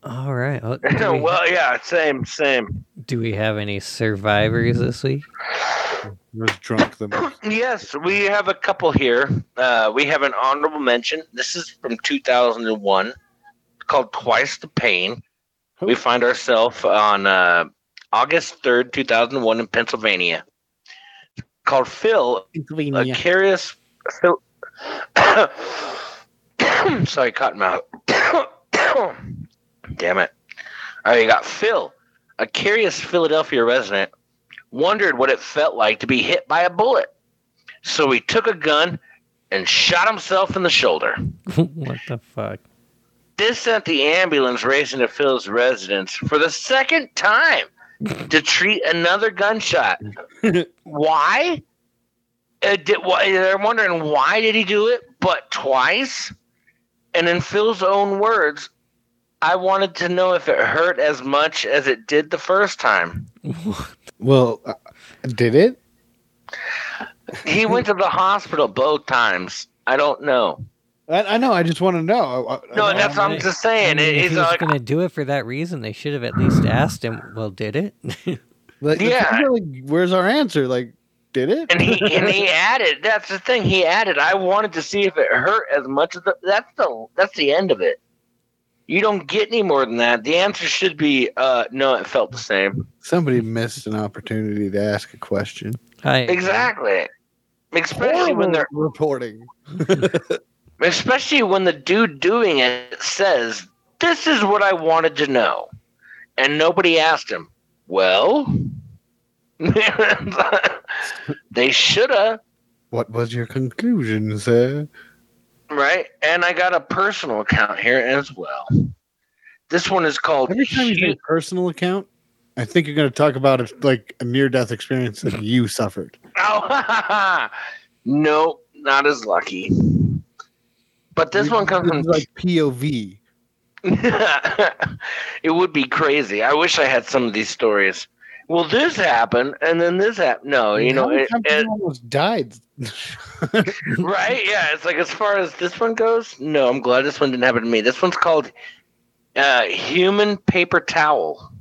all right. Well, do, we, well, yeah, same, same. do we have any survivors this week? I was drunk the most. Yes, we have a couple here. Uh, we have an honorable mention. This is from 2001, called "Twice the Pain." We find ourselves on uh, August 3rd, 2001, in Pennsylvania. Called Phil, a curious. Phil, sorry, cotton mouth. Damn it! All right, you got Phil, a curious Philadelphia resident, wondered what it felt like to be hit by a bullet. So he took a gun and shot himself in the shoulder. what the fuck? This sent the ambulance racing to Phil's residence for the second time to treat another gunshot. why? Uh, did, why- They're wondering why did he do it, but twice. And in Phil's own words, I wanted to know if it hurt as much as it did the first time. Well, uh, did it? He went to the hospital both times. I don't know. I, I know. I just want to know. I- I- No, I- that's what I'm just saying. I mean, It- if it's he was like, gonna do it for that reason, they should have at least asked him. Well, did it? like, yeah. it's really- where's our answer? Like, did it? and he and he added. That's the thing. He added. I wanted to see if it hurt as much as the, that's the that's the end of it. You don't get any more than that. The answer should be uh, no. It felt the same. Somebody missed an opportunity to ask a question. I Exactly. Especially when they're Horrible reporting. especially when the dude doing it says, "This is what I wanted to know," and nobody asked him. Well, they shoulda. What was your conclusion, sir? Right, and I got a personal account here as well. This one is called. Every time you Hu- say personal account, I think you're going to talk about a, like a near-death experience that you suffered. Oh, no, not as lucky. But this You- one comes from. it's like POV. it would be crazy. I wish I had some of these stories. Well, this happened, and then this happened. No, you How know, many it, times it- you almost died. right? Yeah, it's like as far as this one goes. No, I'm glad this one didn't happen to me. This one's called uh, "Human Paper Towel."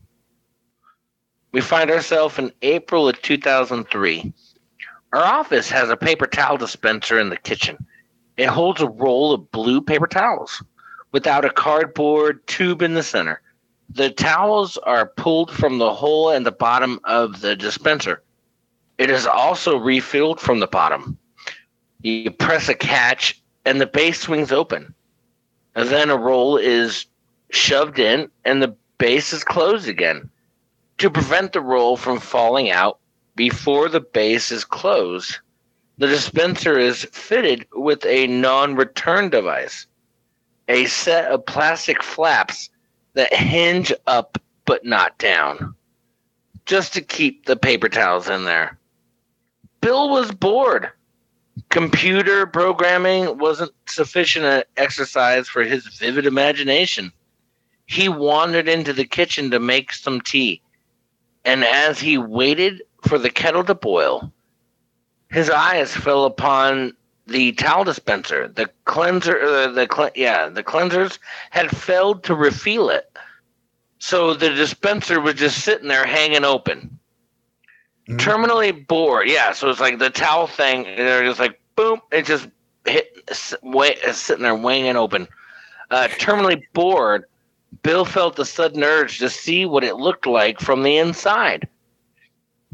We find ourselves in April of 2003. Our office has a paper towel dispenser in the kitchen. It holds a roll of blue paper towels without a cardboard tube in the center. The towels are pulled from the hole in the bottom of the dispenser. It is also refilled from the bottom. You press a catch, and the base swings open. And then a roll is shoved in, and the base is closed again. To prevent the roll from falling out before the base is closed, the dispenser is fitted with a non return device, a set of plastic flaps that hinge up but not down, just to keep the paper towels in there. Bill was bored computer programming wasn't sufficient an exercise for his vivid imagination. He wandered into the kitchen to make some tea, and as he waited for the kettle to boil, his eyes fell upon the towel dispenser. The cleanser, uh, the cle- yeah, the cleansers had failed to refill it, so the dispenser was just sitting there hanging open. terminally bored. Yeah, so it's like the towel thing, and they're just like boom, it just hit, s- way, it's sitting there winging open. Uh, terminally bored, Bill felt the sudden urge to see what it looked like from the inside.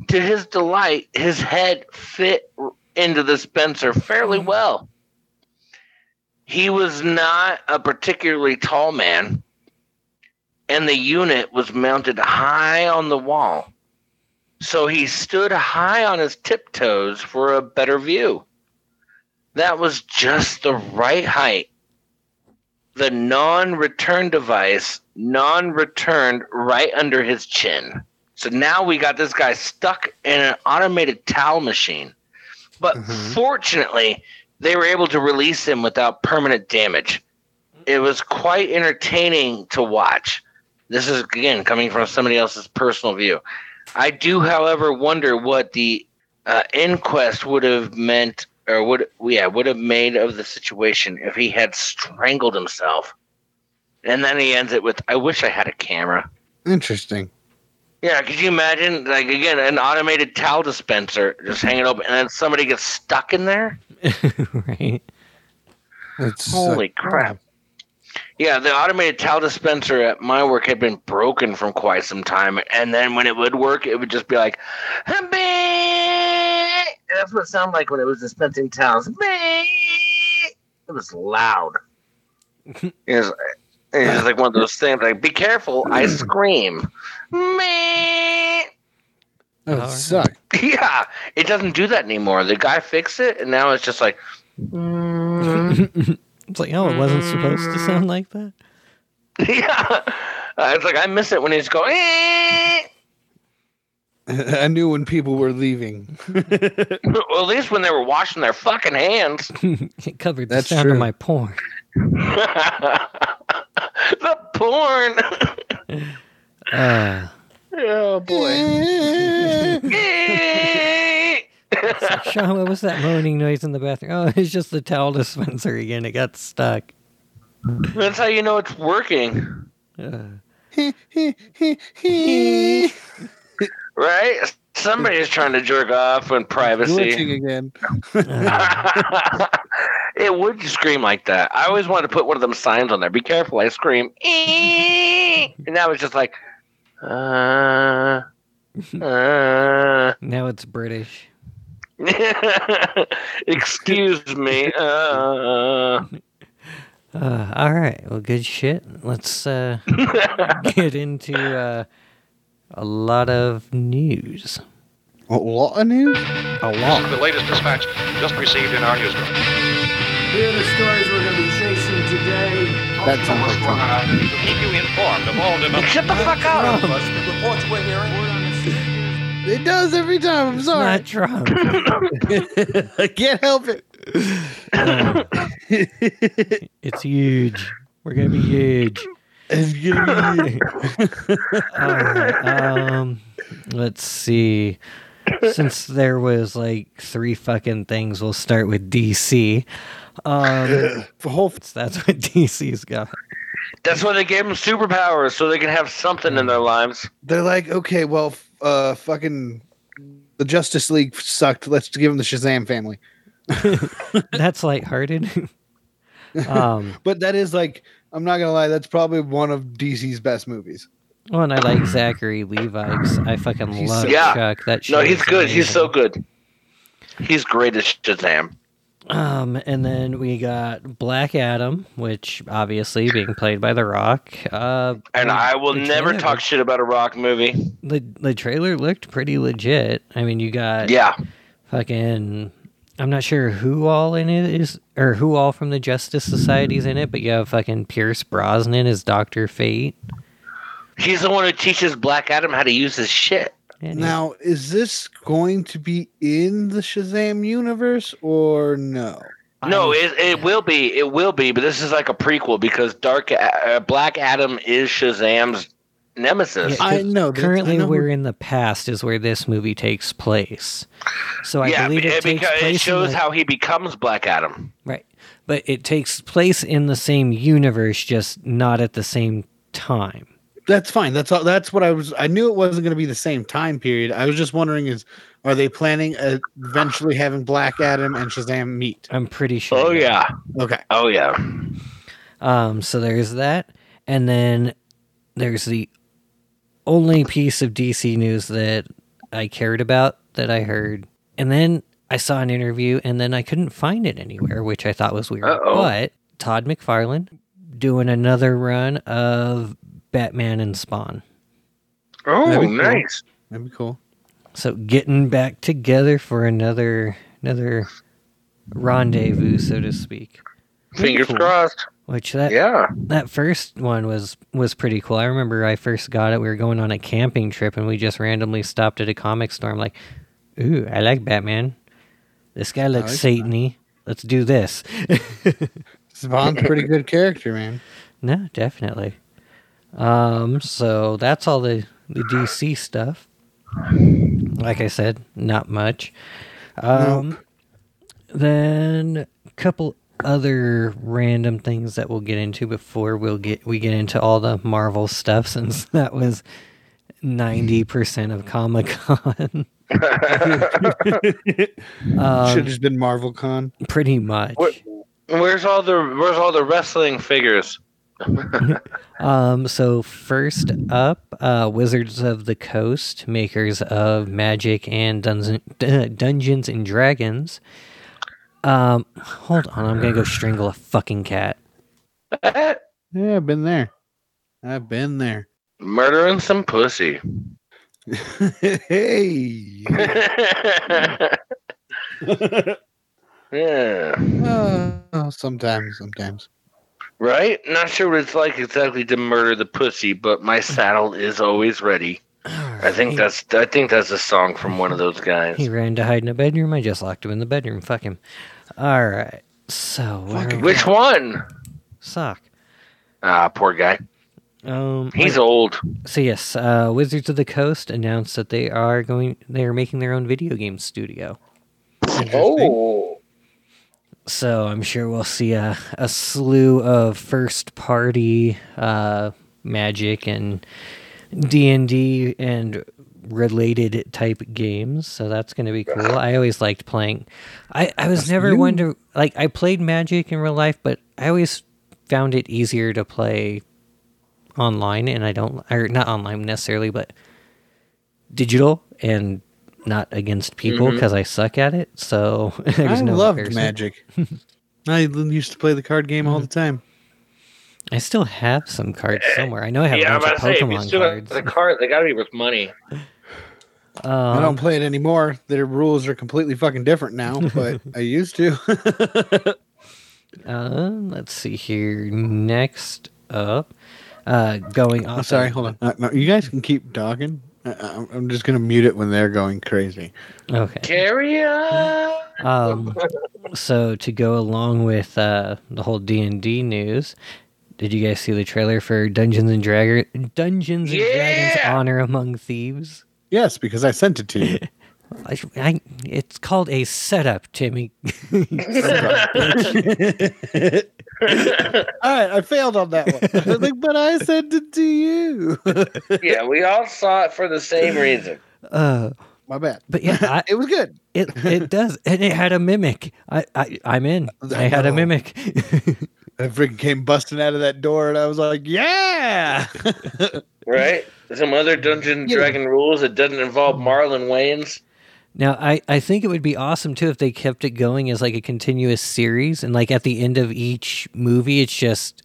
To his delight, his head fit r- into the Spencer fairly well. He was not a particularly tall man, and the unit was mounted high on the wall. So he stood high on his tiptoes for a better view. That was just the right height. The non return device, non returned right under his chin. So now we got this guy stuck in an automated towel machine. But Mhm. fortunately, they were able to release him without permanent damage. It was quite entertaining to watch. This is, again, coming from somebody else's personal view. I do, however, wonder what the uh, inquest would have meant, or would yeah would have made of the situation if he had strangled himself. And then he ends it with, "I wish I had a camera." Interesting. Yeah, could you imagine? Like again, an automated towel dispenser just hanging open, and then somebody gets stuck in there. right? It's Holy crap! Yeah, the automated towel dispenser at my work had been broken from quite some time, and then when it would work, it would just be like, "Beep." That's what it sounded like when it was dispensing towels. Beep. It was loud. it, was, it was like one of those things like, "Be careful!" I scream. Beep. That would Alright. suck. Yeah, it doesn't do that anymore. The guy fixed it, and now it's just like. It's like, oh, it wasn't supposed to Mm. sound like that. Yeah. Uh, it's like I miss it when he's going. "Eh." I knew when people were leaving. well, at least when they were washing their fucking hands. It covered the That's sound of true. my porn. the porn. Uh, oh boy. Eh. Sean, what was that moaning noise in the bathroom? Oh, it's just the towel dispenser again. It got stuck. That's how you know it's working, Uh, Glitching right? Somebody's trying to jerk off in privacy. again. Ah. it would scream like that. I always wanted to put one of them signs on there. Be careful, I scream. "Eh." and that was just like, uh, uh. now it's British. Excuse me. Uh, Uh, all right. Well, good shit. Let's uh, get into uh, a lot of news. A lot of news? A lot. The latest dispatch just received in our newsroom. Here are the stories we're going to be chasing today. That sounds like fun. To keep you informed of all developments. shut the fuck up. Reports we're hearing. It does every time. I'm It's sorry. not Trump. I can't help it. it's huge. We're gonna be huge. It's gonna be- All right, um, let's see. Since there was like three fucking things, we'll start with DC. Um, the whole f- that's what DC's got. That's why they gave them superpowers so they can have something in their lives. they're like, okay, well, f- uh, fucking the Justice League sucked. Let's give them the Shazam family. That's lighthearted. um, But that is like, I'm not gonna lie, that's probably one of DC's best movies. well, and I like Zachary Levi. 'cause I fucking He's love so- Yeah. Chuck. That No, shit he's is good. He's so amazing. good. He's great as Shazam. Um, and then we got Black Adam, which obviously being played by The Rock. Uh, And I will the never trailer- talk shit about a rock movie. The the trailer looked pretty legit. I mean, you got Yeah. fucking I'm not sure who all in it is or who all from the Justice Society's in it, but you have fucking Pierce Brosnan as Doctor Fate. He's the one who teaches Black Adam how to use his shit. And Now, is this going to be in the Shazam universe or no? No, I- it, it will be. It will be. But this is like a prequel because Dark uh, Black Adam is Shazam's nemesis. Yeah, I cur- know that- I Currently, know we're in the past, is where this movie takes place. So I yeah, believe it, it, takes beca- place. it in shows the- how he becomes Black Adam. right, but it takes place in the same universe, just not at the same time. that's fine. That's all. That's what I was. I knew it wasn't going to be the same time period. I was just wondering: is are they planning uh, eventually having Black Adam and Shazam meet? I'm pretty sure. Oh yeah. Okay, Oh yeah. Um, so there's that, and then there's the only piece of DC news that I cared about that I heard, and then I saw an interview, and then I couldn't find it anywhere, which I thought was weird. Uh-oh. But Todd McFarlane doing another run of Batman and Spawn, Oh, Maybe. nice. that'd be cool. so getting back together for another another rendezvous, so to speak. Fingers Cool. crossed. Which that Yeah. that first one was was pretty cool. I remember I first got it. We were going on a camping trip and we just randomly stopped at a comic store. I'm like, "Ooh, I like Batman. This guy looks like satany. Let's do this." Spawn's a pretty good character, man. no, definitely. Um, so that's all the the DC stuff. Like I said, not much. Um, then a couple other random things that we'll get into before we'll get we get into all the Marvel stuff since that was 90% of Comic-Con Should have just been Marvel Con. pretty much. What- Where's all the Where's all the wrestling figures? Um so first up, uh Wizards of the Coast, makers of Magic and Dungeon, Dungeons and Dragons. Um hold on, I'm going to go strangle a fucking cat. Eh, Yeah, I've been there. I've been there. Murdering some pussy. hey. yeah. Oh, sometimes, sometimes. Right? Not sure what it's like exactly to murder the pussy, but my saddle is always ready. I think that's I think that's a song from one of those guys. He ran to hide in a bedroom. I just locked him in the bedroom. Fuck him. All right. So where are we? Which one? sock? Ah, poor guy. Um. He's old. so yes, uh, Wizards of the Coast announced that they are going. They are making their own video game studio. Oh. So I'm sure we'll see a, a slew of first party uh, magic and D and D and related type games. So that's going to be cool. I always liked playing. I, I was never one to like. I played Magic in real life, but I always found it easier to play online, and I don't or not online necessarily, but digital and not against people because I suck at it. So Mm-hmm. I there's no loved comparison. Magic. I used to play the card game all the time. I still have some cards somewhere. I know I have Yeah, a I'm about bunch to of say, if you Pokemon still have cards. the card, they gotta be worth money. I Um, don't play it anymore. Their rules are completely fucking different now, but I used to. uh, let's see here. Next up, uh, going off. I'm of- sorry, hold on. Uh, no, you guys can keep talking. I, I- I'm just gonna mute it when they're going crazy. Okay. Carry on. Um, so to go along with uh, the whole D and D news, did you guys see the trailer for Dungeons and Dragons? Dungeons and Dragons: Yeah! Honor Among Thieves. Yes, because I sent it to you. I, I, it's called a setup, Timmy. all right, I failed on that one. I was like, but I sent it to you. yeah, we all saw it for the same reason. Uh, My bad. but yeah, I, It was good. It it does, and it had a mimic. I, I I'm in. I had a No. mimic. I freaking came busting out of that door, and I was like, yeah. Right? Some other Dungeon and Dragon rules that doesn't involve Marlon Wayans. now I I think it would be awesome too if they kept it going as like a continuous series, and like at the end of each movie, it's just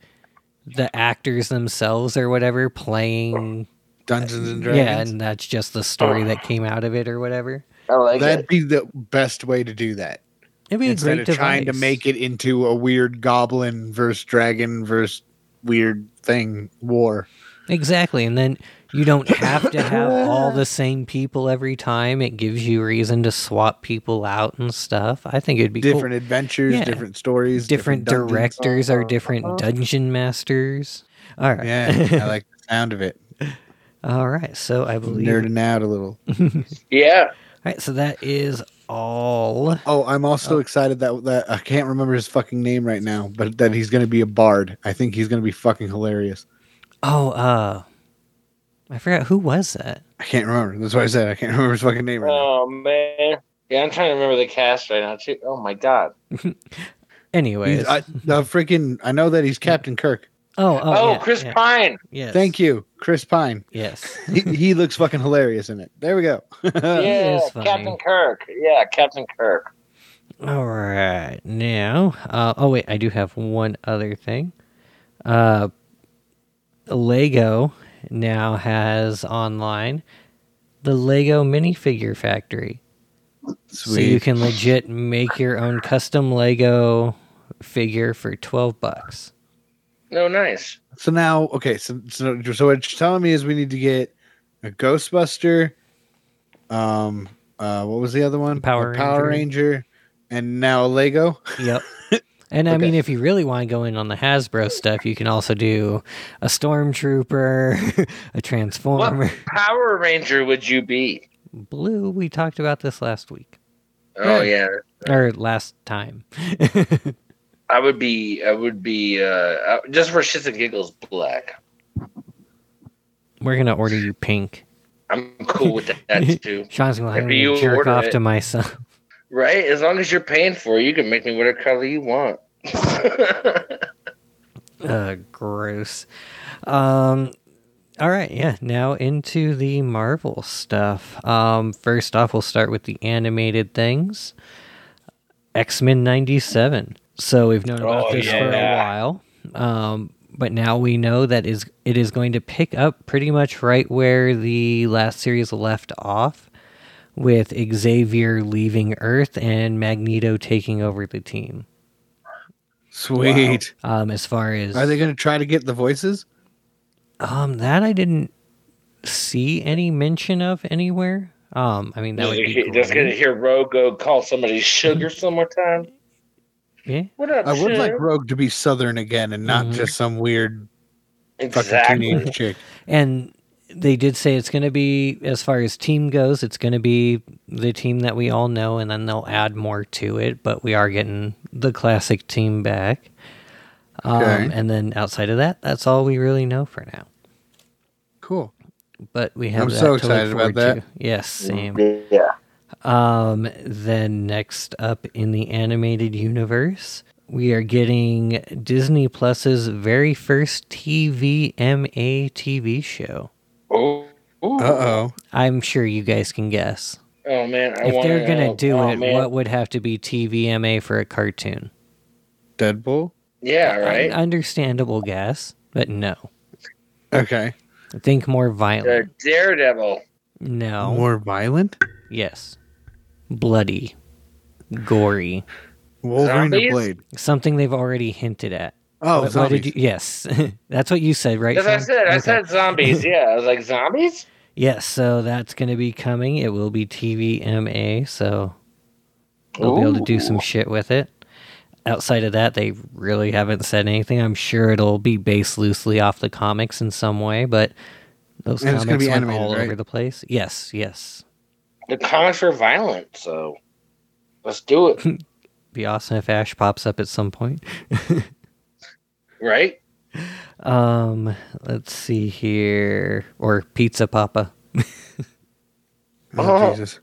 the actors themselves or whatever playing. Dungeons and Yeah, Dragons. and that's just the story that came out of it or whatever. I like That'd be the best way to do that. It'd be a Instead great of trying to device. make it into a weird goblin versus dragon versus weird thing war. Exactly. And then you don't have to have all the same people every time. It gives you reason to swap people out and stuff. I think it'd be cool. different adventures, Yeah. different stories, different, dungeons. directors Oh. or different dungeon masters. All right. Yeah, I like the sound of it. All right. So I believe. Nerding out a little. Yeah. All right. So that is all. Oh, I'm also excited that that I can't remember his fucking name right now, but that he's going to be a bard. I think he's going to be fucking hilarious. Oh, uh, I forgot who was that. I can't remember. That's what I said. I can't remember his fucking name. Right now. Oh man. Yeah, I'm trying to remember the cast right now too. Oh my god. Oh, Anyways, He's- I, the freaking. I know that he's Captain Kirk. oh, oh, Oh, yeah, Chris yeah, Pine. Yes. Thank you, Chris Pine. Yes. He, he looks fucking hilarious in it. There we go. Yeah, Oh, is funny. Captain Kirk. Yeah, Captain Kirk. All right. Now, uh, oh wait, I do have one other thing. Uh, Lego now has online the Lego minifigure factory. So you can legit make your own custom Lego figure for 12 bucks. No, Oh, nice. So now, okay, so so, so what you're telling me is we need to get a Ghostbuster, um, uh, what was the other one? Power A Power Ranger. and now a Lego. Yep. And I Okay. mean, if you really want to go in on the Hasbro stuff, you can also do a Stormtrooper, a What Transformer. Power Ranger would you be? Blue, we talked about this last week. Oh yeah. or last time. I would be I would be uh uh, just for shits and giggles black. We're gonna order you pink. I'm cool with that too. Sean's gonna have If me you jerk order off it- to my son. Right? As long as you're paying for it, you can make me whatever color you want. Uh, gross. Um, all right, yeah. Now into the Marvel stuff. Um, first off, we'll start with the animated things. X Men '97. So we've known about Oh, this for a yeah. while, um, but now we know that is it is going to pick up pretty much right where the last series left off, with Xavier leaving Earth and Magneto taking over the team. Sweet. Um, as far as Are they going to try to get the voices? Um, that I didn't see any mention of anywhere. Um, I mean that would be just gonna great. hear Rogo call somebody sugar some more time. Yeah, What up, I would like sugar? Rogue to be Southern again and not Mhm. just some weird fucking exactly. teenage chick. and they did say it's going to be as far as team goes, it's going to be the team that we all know, and then they'll add more to it. But we are getting the classic team back. Um, Okay. and then outside of that, that's all we really know for now. Cool. But we have I'm that so to look excited about forward that. to. Yes, same. Yeah. Um, then next up in the animated universe, we are getting Disney Plus's very first TVMA TV show. Oh. Uh oh. I'm sure you guys can guess. Oh man, I if want they're gonna do oh, it, man. what would have to be TVMA for a cartoon? Deadpool. Yeah, An right. understandable guess, but no. Okay. Think more violent. The Daredevil. No. More violent. Yes. Bloody. Gory. Wolverine or Zombies? Blade. Something they've already hinted at. What- Oh, what did zombies. you- yes, that's what you said, right? As I Sean? said, I Okay. said zombies. Yeah, I was like zombies. Yes, so that's going to be coming. It will be TVMA, so they'll be able to do some shit with it. Outside of that, they really haven't said anything. I'm sure it'll be based loosely off the comics in some way, but those And it's gonna comics be went animated, all right? over the place. Yes, yes. The comics are violent, so let's do it. Be awesome if Ash pops up at some point. Right? Um, let's see here, or Pizza Papa. Oh, Jesus.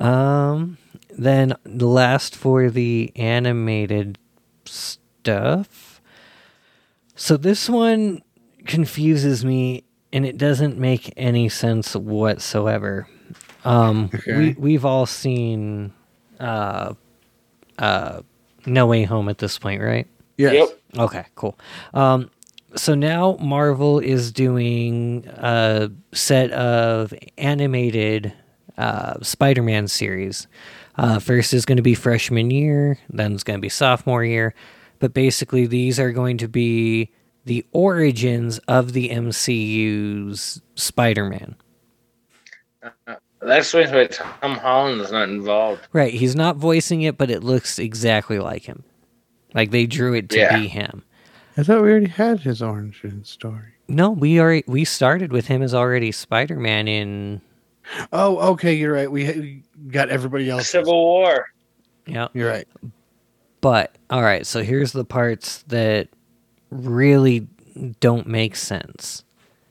Um, then the last for the animated stuff. So this one confuses me and it doesn't make any sense whatsoever. Um, we, Okay. we've all seen uh, uh, No Way Home at this point, right? Yes. Yep. Okay, cool. Um, so now Marvel is doing a set of animated uh, Spider Man series. Uh, first is going to be freshman year, then it's going to be sophomore year. But basically, these are going to be the origins of the MCU's Spider Man. That explains why Tom Holland is not involved. Right. He's not voicing it, but it looks exactly like him. Like they drew it to Yeah. be him. I thought we already had his origin story. No, we already we started with him as already Spider Man in Oh, okay. You're right. We, we got everybody else. Civil War. yeah. You're right. But all right, so here's the parts that really don't make sense.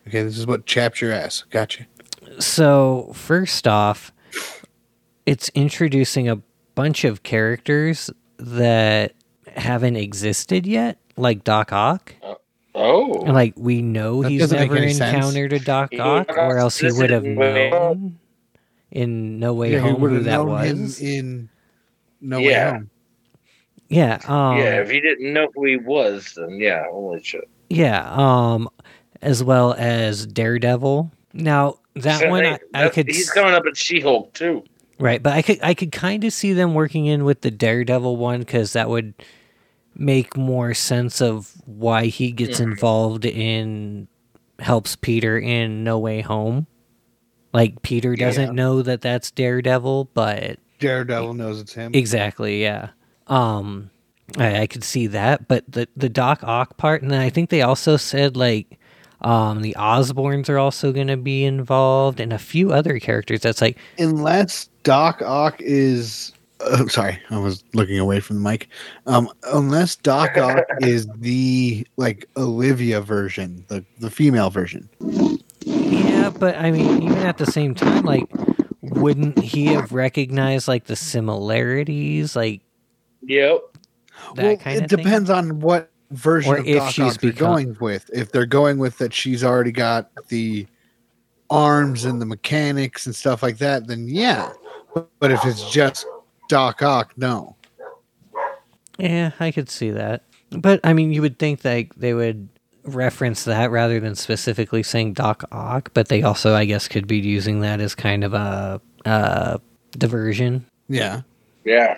Okay, this is what chaps your ass. Gotcha. So, first off, it's introducing a bunch of characters that haven't existed yet, like Doc Ock. Oh. And, Like, we know That he's doesn't make never any sense. encountered a Doc Yeah, Ock, or else he would have this is way- known in No Way he Home would've who that known him was. in No Yeah. Way Home. Yeah. Um, yeah, if you didn't know who he was, then yeah, holy shit. Yeah, um, as well as Daredevil. Now that So one they- I, I that's- could He's s- coming up at She-Hulk too. right, but I could I could kind of see them working in with the Daredevil one because that would make more sense of why he gets involved in helps Peter in No Way Home. Like Peter doesn't Yeah. know that that's Daredevil, but Daredevil knows it's him. Exactly, yeah. Um I, I could see that, but the the Doc Ock part and then I think they also said like um the Osbornes are also going to be involved and a few other characters that's like unless Doc Ock is. Oh, sorry, I was looking away from the mic. Um, unless Doc Ock is the like Olivia version, the the female version. yeah, but I mean even at the same time like wouldn't he have recognized like the similarities like Yep. that kind it of thing? depends on what version Or of if Doc she's Ock they're become- going with. If they're going with that, she's already got the arms and the mechanics and stuff like that. Then yeah, but if it's just Doc Ock, no. Yeah, Eh, I could see that. But I mean, you would think like they would reference that rather than specifically saying Doc Ock, but they also, I guess, could be using that as kind of a uh, diversion. Yeah, Yeah.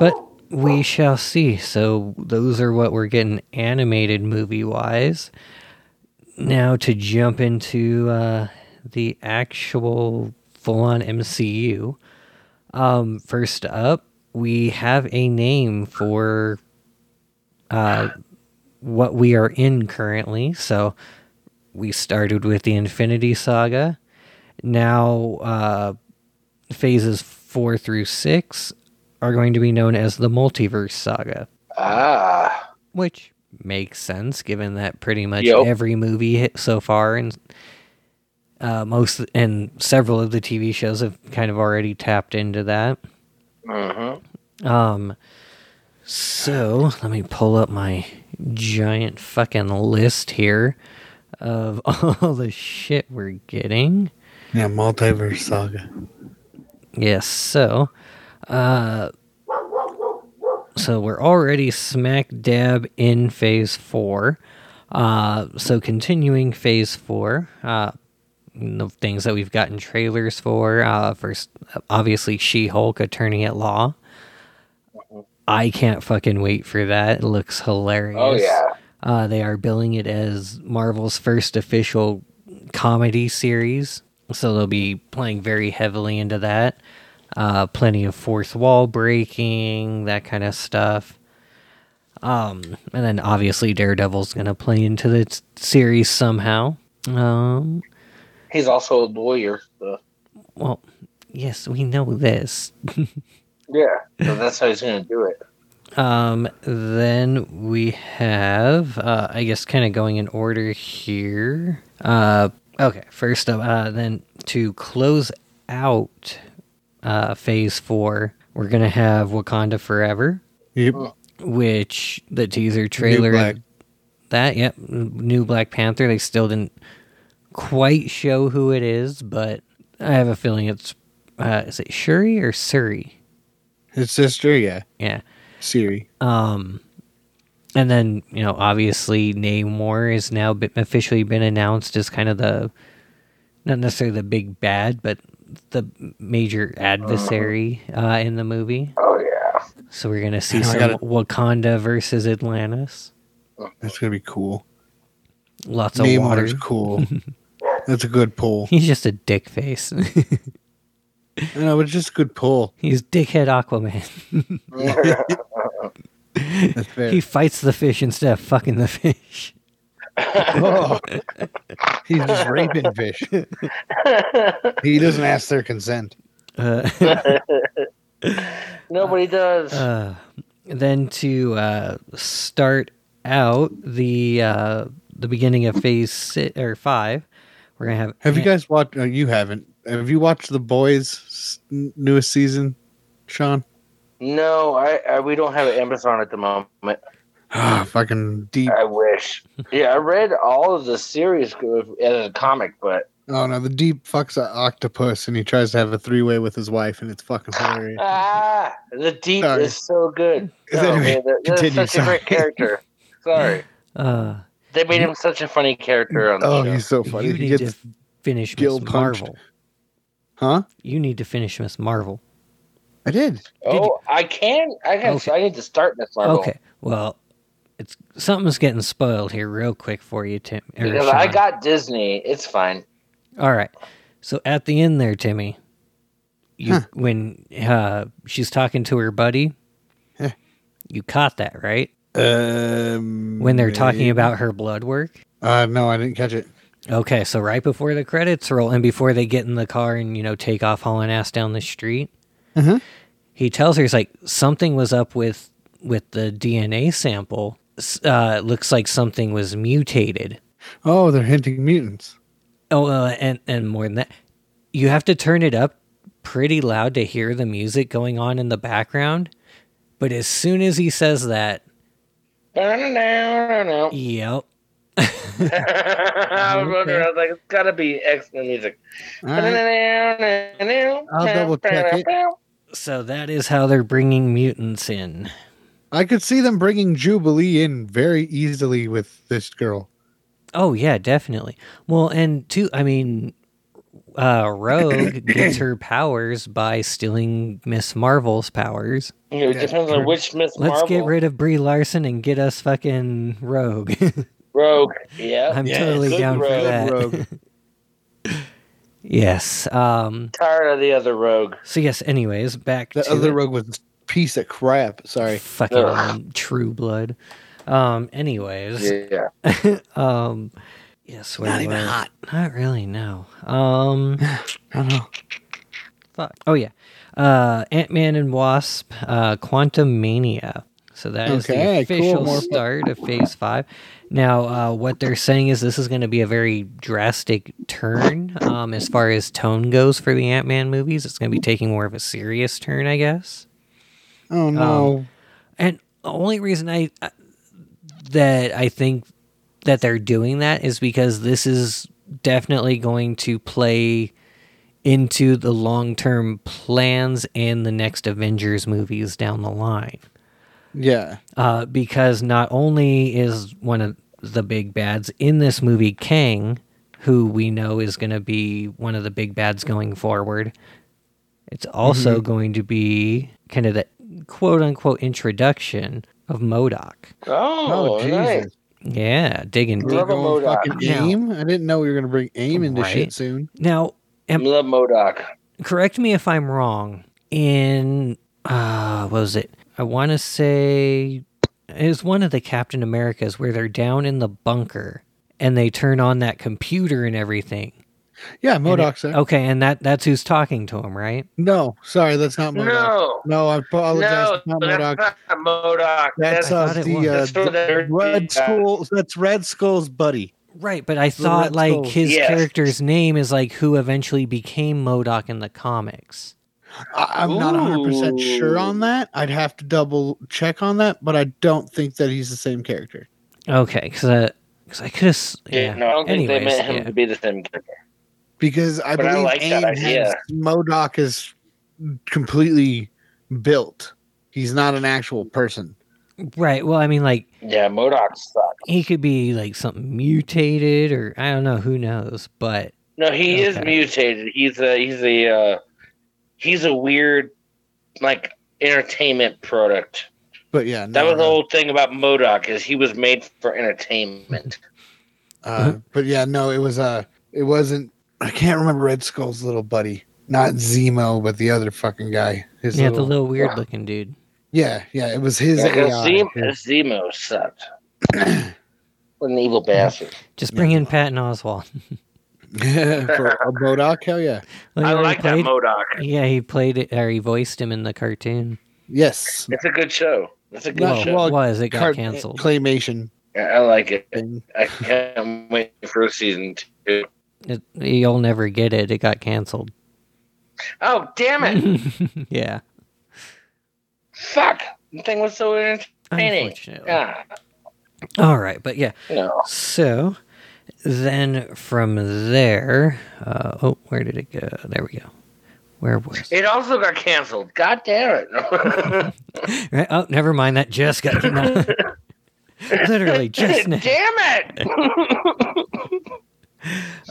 But we shall see. So those are what we're getting animated movie wise. Now to jump into uh, the actual full on MCU. Um, first up, we have a name for uh, what we are in currently. So we started with the Infinity Saga. Now uh, phases four through six are going to be known as the Multiverse Saga, Ah. which makes sense given that pretty much Yep. every movie hit so far and uh, most and several of the TV shows have kind of already tapped into that. Mhm. Um, so let me pull up my giant fucking list here of all the shit we're getting. yeah, multiverse saga. Yes, so uh so we're already smack dab in phase 4. Uh so continuing phase 4, uh the things that we've gotten trailers for, uh first obviously She-Hulk Attorney at Law. Uh-huh. I can't fucking wait for that. It looks hilarious. Oh yeah. Uh, they are billing it as Marvel's first official comedy series, so they'll be playing very heavily into that. Uh, plenty of fourth wall breaking, that kind of stuff. Um, and then obviously Daredevil's gonna play into the t- series somehow. Um, He's also a lawyer. So. well, yes, we know this. Yeah. So that's how he's gonna do it. Um, then we have, uh, I guess, kind of going in order here. Uh, okay, first up, uh, then to close out uh, phase four, we're going to have Wakanda Forever, Yep. which the teaser trailer. Black. That, yep, new Black Panther. They still didn't quite show who it is, but I have a feeling it's, uh, is it Shuri or Suri? His sister, yeah, Yeah. Siri. Um, and then you know, obviously, Namor is now be- officially been announced as kind of the, not necessarily the big bad, but the major adversary uh, in the movie. Oh yeah. So we're gonna see I some gotta- Wakanda versus Atlantis. That's gonna be cool. Lots of water. Namor's cool. That's a good pull. He's just a dick face. I know, it's just a good pull. He's dickhead Aquaman. That's fair. He fights the fish instead of fucking the fish. Oh. He's just raping fish. he doesn't ask their consent. Uh, Nobody does. then to uh, start out uh, the uh, the beginning of phase six or five. We're gonna have. Have you Ant- guys watched? Uh, you haven't. Have you watched the boys' s- n- newest season, Sean? No, I, I we don't have Amazon at the moment. Ah, fucking deep. I wish. Yeah, I read all of the series as a comic, but Oh no, the deep fucks an octopus and he tries to have a three way with his wife, and it's fucking hilarious. ah, the deep Sorry. is so good. Is No, that- man, that- that's continue, such a great character. Sorry, Uh, they made him such a funny character on the Oh, show. he's so funny. you He need gets, to finish gill Miss punched. Marvel. huh? You need to finish Miss Marvel. I did. did you- Oh, I can. I can. Okay. I need to start Miss Marvel. Okay. Well, it's something's getting spoiled here real quick for you, Tim. or Because I Sean. got Disney, it's fine. All right. So at the end there, Timmy, you Huh. when uh, she's talking to her buddy, Yeah. you caught that right Um, when they're talking about her blood work. Uh, no, I didn't catch it. Okay, so right before the credits roll and before they get in the car and you know take off hauling ass down the street, Mhm. he tells her he's like something was up with with the DNA sample. S- Uh, it looks like something was mutated. Oh, they're hinting mutants. Oh, uh, and and more than that, you have to turn it up pretty loud to hear the music going on in the background. But as soon as he says that, I yep, was wondering. I was like, it's gotta be X Men music. All right. I'll double check it. so that is how they're bringing mutants in. I could see them bringing Jubilee in very easily with this girl. Oh yeah, definitely. Well, and two, I mean, uh, Rogue gets her powers by stealing Miss Marvel's powers. You know, it depends on which Miss Let's Marvel. get rid of Brie Larson and get us fucking Rogue. Rogue. Yeah. I'm Yeah, totally good down for Rogue. that. Rogue. Yes. Um. Tired of the other Rogue. So yes. Anyways, back The to other it. rogue was a piece of crap. Sorry. fucking Ugh. True Blood. Um. Anyways. Yeah. Um. Yes. Not even hot. Not really. No. Um. I don't know. fuck. Oh yeah. Uh. Ant Man and Wasp. Uh. Quantum Mania. So that is the Okay, cool, official more- start of Phase Five. Now, uh, what they're saying is this is going to be a very drastic turn um, as far as tone goes for the Ant Man movies. It's going to be taking more of a serious turn, I guess. Oh no. Um, And the only reason I I- that I think that they're doing that is because this is definitely going to play into the long-term plans and the next Avengers movies down the line. yeah. Uh, because not only is one of the big bads in this movie Kang, who we know is going to be one of the big bads going forward, it's also going to be kind of the quote unquote introduction of Modoc. Oh, Oh, nice. Jesus. Yeah, digging We're Love deep. a going MODOK. fucking Now- aim. I didn't know we were gonna bring aim into Right. shit soon. Now, am, Love Modoc. correct me if I'm wrong. In uh, what was it? I want to say it was one of the Captain Americas where they're down in the bunker and they turn on that computer and everything. Yeah, And it- oh. Modoc's there. Okay, and that that's who's talking to him, right? No, sorry, that's not Modoc. No. No, I apologize. No, it's not that's Modoc. not Modoc. That's, I uh, thought it the was. uh, That's sort of the their- Red Skull. That's Red Skull's buddy. Right, but I The thought Red like Skull. his Yes. character's name is like who eventually became Modoc in the comics. I, I'm not 100 percent sure on that. I'd have to double check on that, but I don't think that he's the same character. Okay, because I could have. Yeah, Yeah, no, I don't think Anyways, they meant him yeah. to be the same character. Because I But I believe like that AIM has idea. Modoc is completely built. He's not an actual person. Right. Well, I mean, like Yeah, Modoc sucks. he could be like something mutated, or I don't know, who knows? But No, he is Okay. mutated. He's a he's a uh, he's a weird like entertainment product. But yeah, That no, was the no. whole thing about Modoc is he was made for entertainment. Uh, but yeah, no, it was uh it wasn't I can't remember Red Skull's little buddy. Not Zemo, but the other fucking guy. His yeah, the little- little weird looking dude. yeah, yeah, it was his Because AI. Zemo, Zemo sucked. what an evil bastard. Just bring in Patton Oswald. For a Modoc, hell yeah. Well, he I already like that played- Modoc. Yeah, he played it, or he voiced him in the cartoon. Yes. It's a good show. It's a good Well, Well, show. well, it was it got Card- canceled? Claymation. I I like it. thing. I can't wait for season two. It, you'll never get it. It got canceled. Oh damn it! yeah. Fuck! The thing was so entertaining. Unfortunately. Yeah, All right, but yeah. no. So then from there, uh, oh, where did it go? There we go. Where was it? It also got canceled. God damn it! Right? Oh, never mind. That just got literally just now. damn it!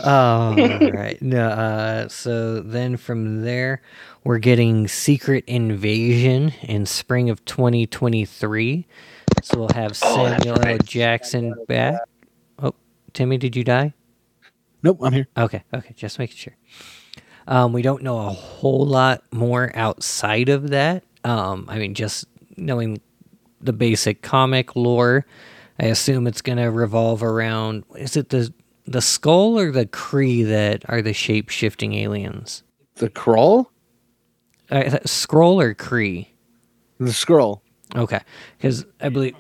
Oh, right. No, uh, so then from there, we're getting Secret Invasion in spring of 2023. So we'll have Oh, that's Samuel L. right. Jackson back. Oh, Timmy, did you die? Nope, I'm here. Okay, okay, just making sure. Um, we don't know a whole lot more outside of that. Um, I mean, just knowing the basic comic lore, I assume it's going to revolve around. Is it the the skull or the Kree that are the shape shifting aliens? The crawl, Uh, scroll or Kree? the scroll. Okay, because I believe.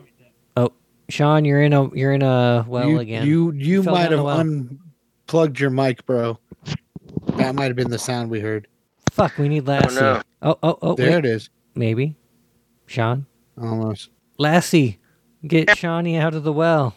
Oh, Sean, you're in a you're in a well you, again. you you fell down might the have well. unplugged your mic, bro. That might have been the sound we heard. fuck. We need Lassie. no. Oh oh oh. There Wait, it is. maybe, Sean. Almost. Lassie, get Shawnee out of the well.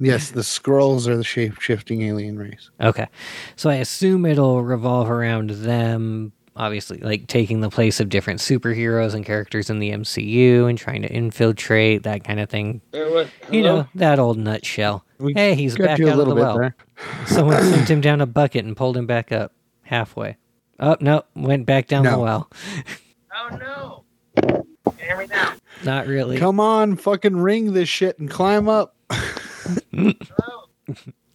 Yes, the scrolls are the shape shifting alien race. Okay. So I assume it'll revolve around them, obviously, like taking the place of different superheroes and characters in the MCU and trying to infiltrate, that kind of thing. Uh, You know, that old nutshell. We hey, he's back out of the well. there. Someone sent him down a bucket and pulled him back up halfway. Oh, no, went back down the No. well. Oh no! Hear me now. Not really. Come on, fucking ring this shit and climb up.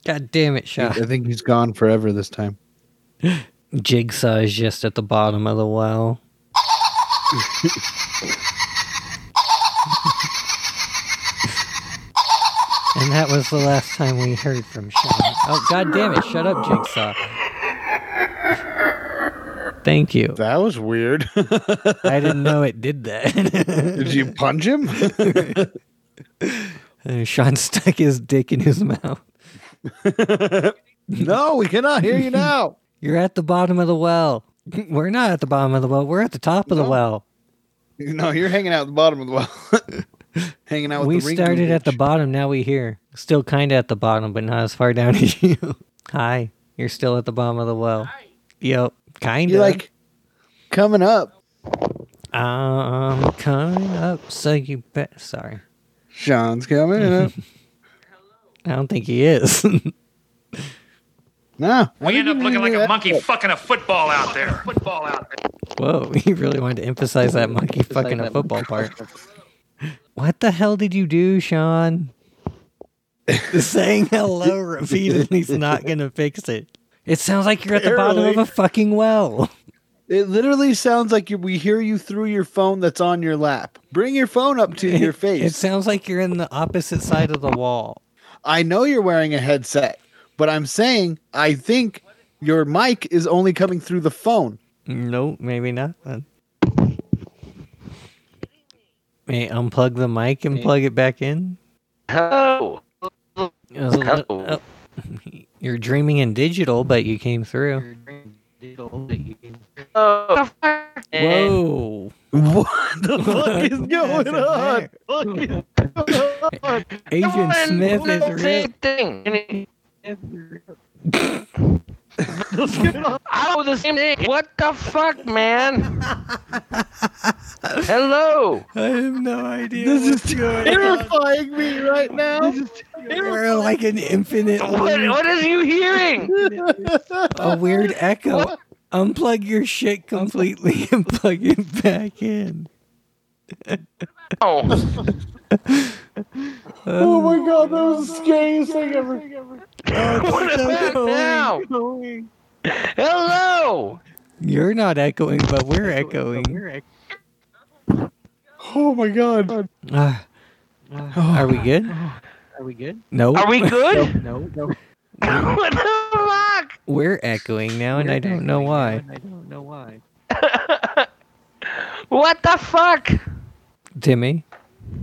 God damn it, Shaw. I think he's gone forever this time. Jigsaw is just at the bottom of the well. and that was the last time we heard from Sean. Oh, god damn it, shut up, Jigsaw. Thank you. That was weird. I didn't know it did that. Did you punch him? Uh, Sean stuck his dick in his mouth. no, we cannot hear you now. You're at the bottom of the well. We're not at the bottom of the well. We're at the top of the No. well. No, you're hanging out at the bottom of the well. hanging out with we the ring started at the bitch. bottom now we here still kind of at the bottom but not as far down as you hi you're still at the bottom of the well yep kind You're of like coming up, um coming up so you bet sorry Sean's coming up. i don't think he is No. We end up looking like a That- monkey fucking a football out there. Football out there. whoa you really wanted to emphasize that monkey fucking a football part what the hell did you do sean saying hello repeatedly's not gonna fix it it sounds like you're at the bottom of Barely. a fucking well It literally sounds like you, we hear you through your phone that's on your lap. Bring your phone up to your face. It sounds like you're in the opposite side of the wall. I know you're wearing a headset, but I'm saying I think your mic is only coming through the phone. No, maybe not. then. May I unplug the mic and plug it back in? Oh. Hello. It was a li- Hello. oh. You're dreaming in digital, but you came through. Oh. Hello. Whoa. What the fuck is That's going on? Agent Smith is real. thing. oh, the same thing. What the fuck, man? Hello. I have no idea. This what's is going on. terrifying me right now. We're like an infinite, What, loop, what is you hearing? a weird echo. Unplug your shit completely and plug it back in. Oh. Oh my god, that was the scariest thing ever. What about now? Hello. You're not echoing, but we're echoing. Oh my god. Ah. are we good? Are Ah. we good? No. Are we good? No, no. what the We're echoing now, and I don't know why. I don't know why. fuck? What the fuck? Timmy.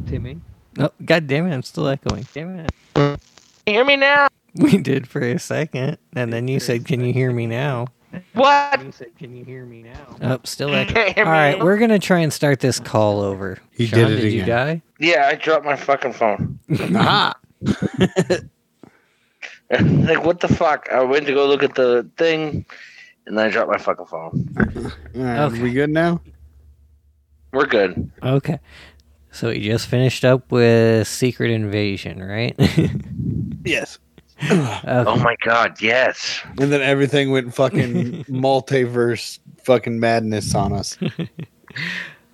Timmy. Oh, God damn it! I'm still echoing. Damn it! Hear me now? We did for a second, and then you said, "Can you hear me now?" What? "Can you hear me now?" Oh, still echoing. Can't hear All me right, now? we're gonna try and start this call over. He Sean, did it you again. die? Yeah, I dropped my fucking phone. Ah, like, what the fuck? I went to go look at the thing, and then I dropped my fucking phone. Okay. we good now? We're good. Okay. So we just finished up with Secret Invasion, right? Yes. Oh okay. my god, yes. And then everything went fucking multiverse fucking madness on us.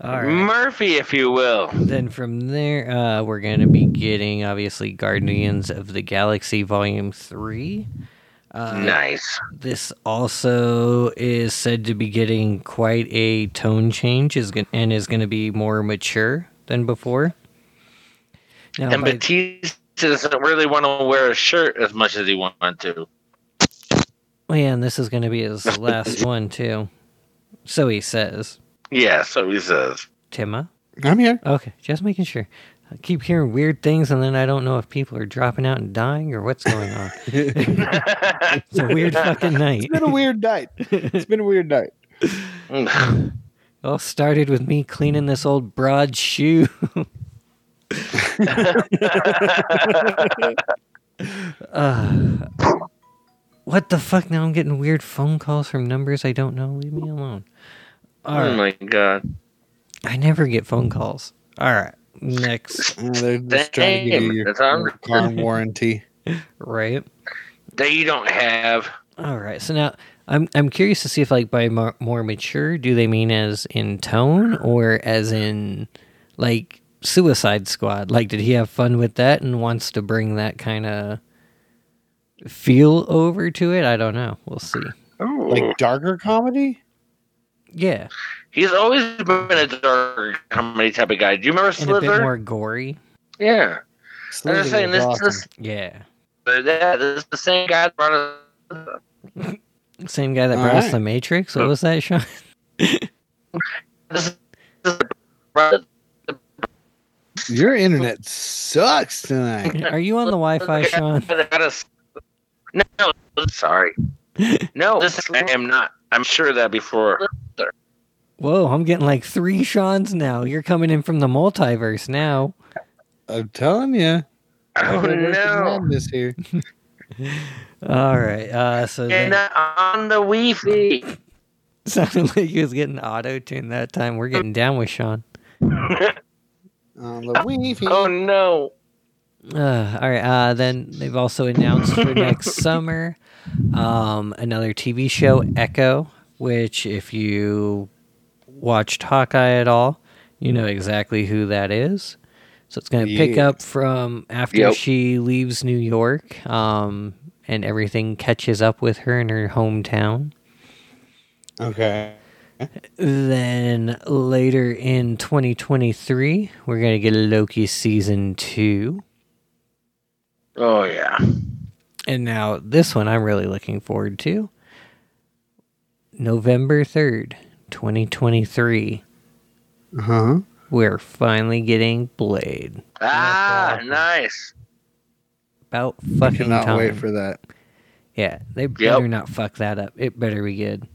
All right. Murphy, if you will. Then from there, uh, we're going to be getting obviously Guardians of the Galaxy Volume 3. Uh, nice. This also is said to be getting quite a tone change is gon- and is going to be more mature than before. Now, And by- Batista doesn't really want to wear a shirt as much as he wanted to. oh, yeah, and this is going to be his last one, too. So he says, Yeah, so he says. Timma. I'm here. Okay, just making sure. I keep hearing weird things, and then I don't know if people are dropping out and dying or what's going on. It's a weird fucking night. It's been a weird night. It's been a weird night. It all started with me cleaning this old broad shoe. Uh, what the fuck? Now I'm getting weird phone calls from numbers I don't know. Leave me alone. All Oh right. my god. I never get phone calls. All right. Next, Uh, they're just trying to give you Damn, your that's all your right. car warranty. right? That you don't have. All right. So now I'm I'm curious to see if like by more, more mature, do they mean as in tone or as in like Suicide Squad? Like, did he have fun with that and wants to bring that kind of feel over to it? I don't know. We'll see. Like darker comedy? Yeah, He's always been a dark comedy type of guy. Do you remember and a bit Slither? more gory. yeah. I'm Slither just saying was this awesome. this, Yeah, yeah, this is the same guy that brought us same guy that All brought us right. the Matrix. What was that, Sean? this is- this is- brought- Your internet sucks tonight. Are you on the Wi-Fi, Sean? that got us- No, no, sorry. No, this I am not. I'm sure that before. Whoa, I'm getting like three Sean's now. You're coming in from the multiverse now. I'm telling you. Oh no. This here. All right. Uh, so You're then- not on the Wi-Fi. Sounded like he was getting auto tuned that time. We're getting down with Sean. On the weavy. Oh no. Uh, all right. Uh, then they've also announced for next summer um, another TV show, Echo, which, if you watched Hawkeye at all, you know exactly who that is. So it's going to pick Yeah. up from after Yep. she leaves New York um, and everything catches up with her in her hometown. Okay. Then later in 2023, we're going to get Loki season two. Oh yeah. And now this one I'm really looking forward to. November 3rd, 2023, Uh-huh. Huh? we're finally getting Blade. Ah, nice. About fucking Cannot time. wait for that. yeah, they better not fuck that up. It better be good.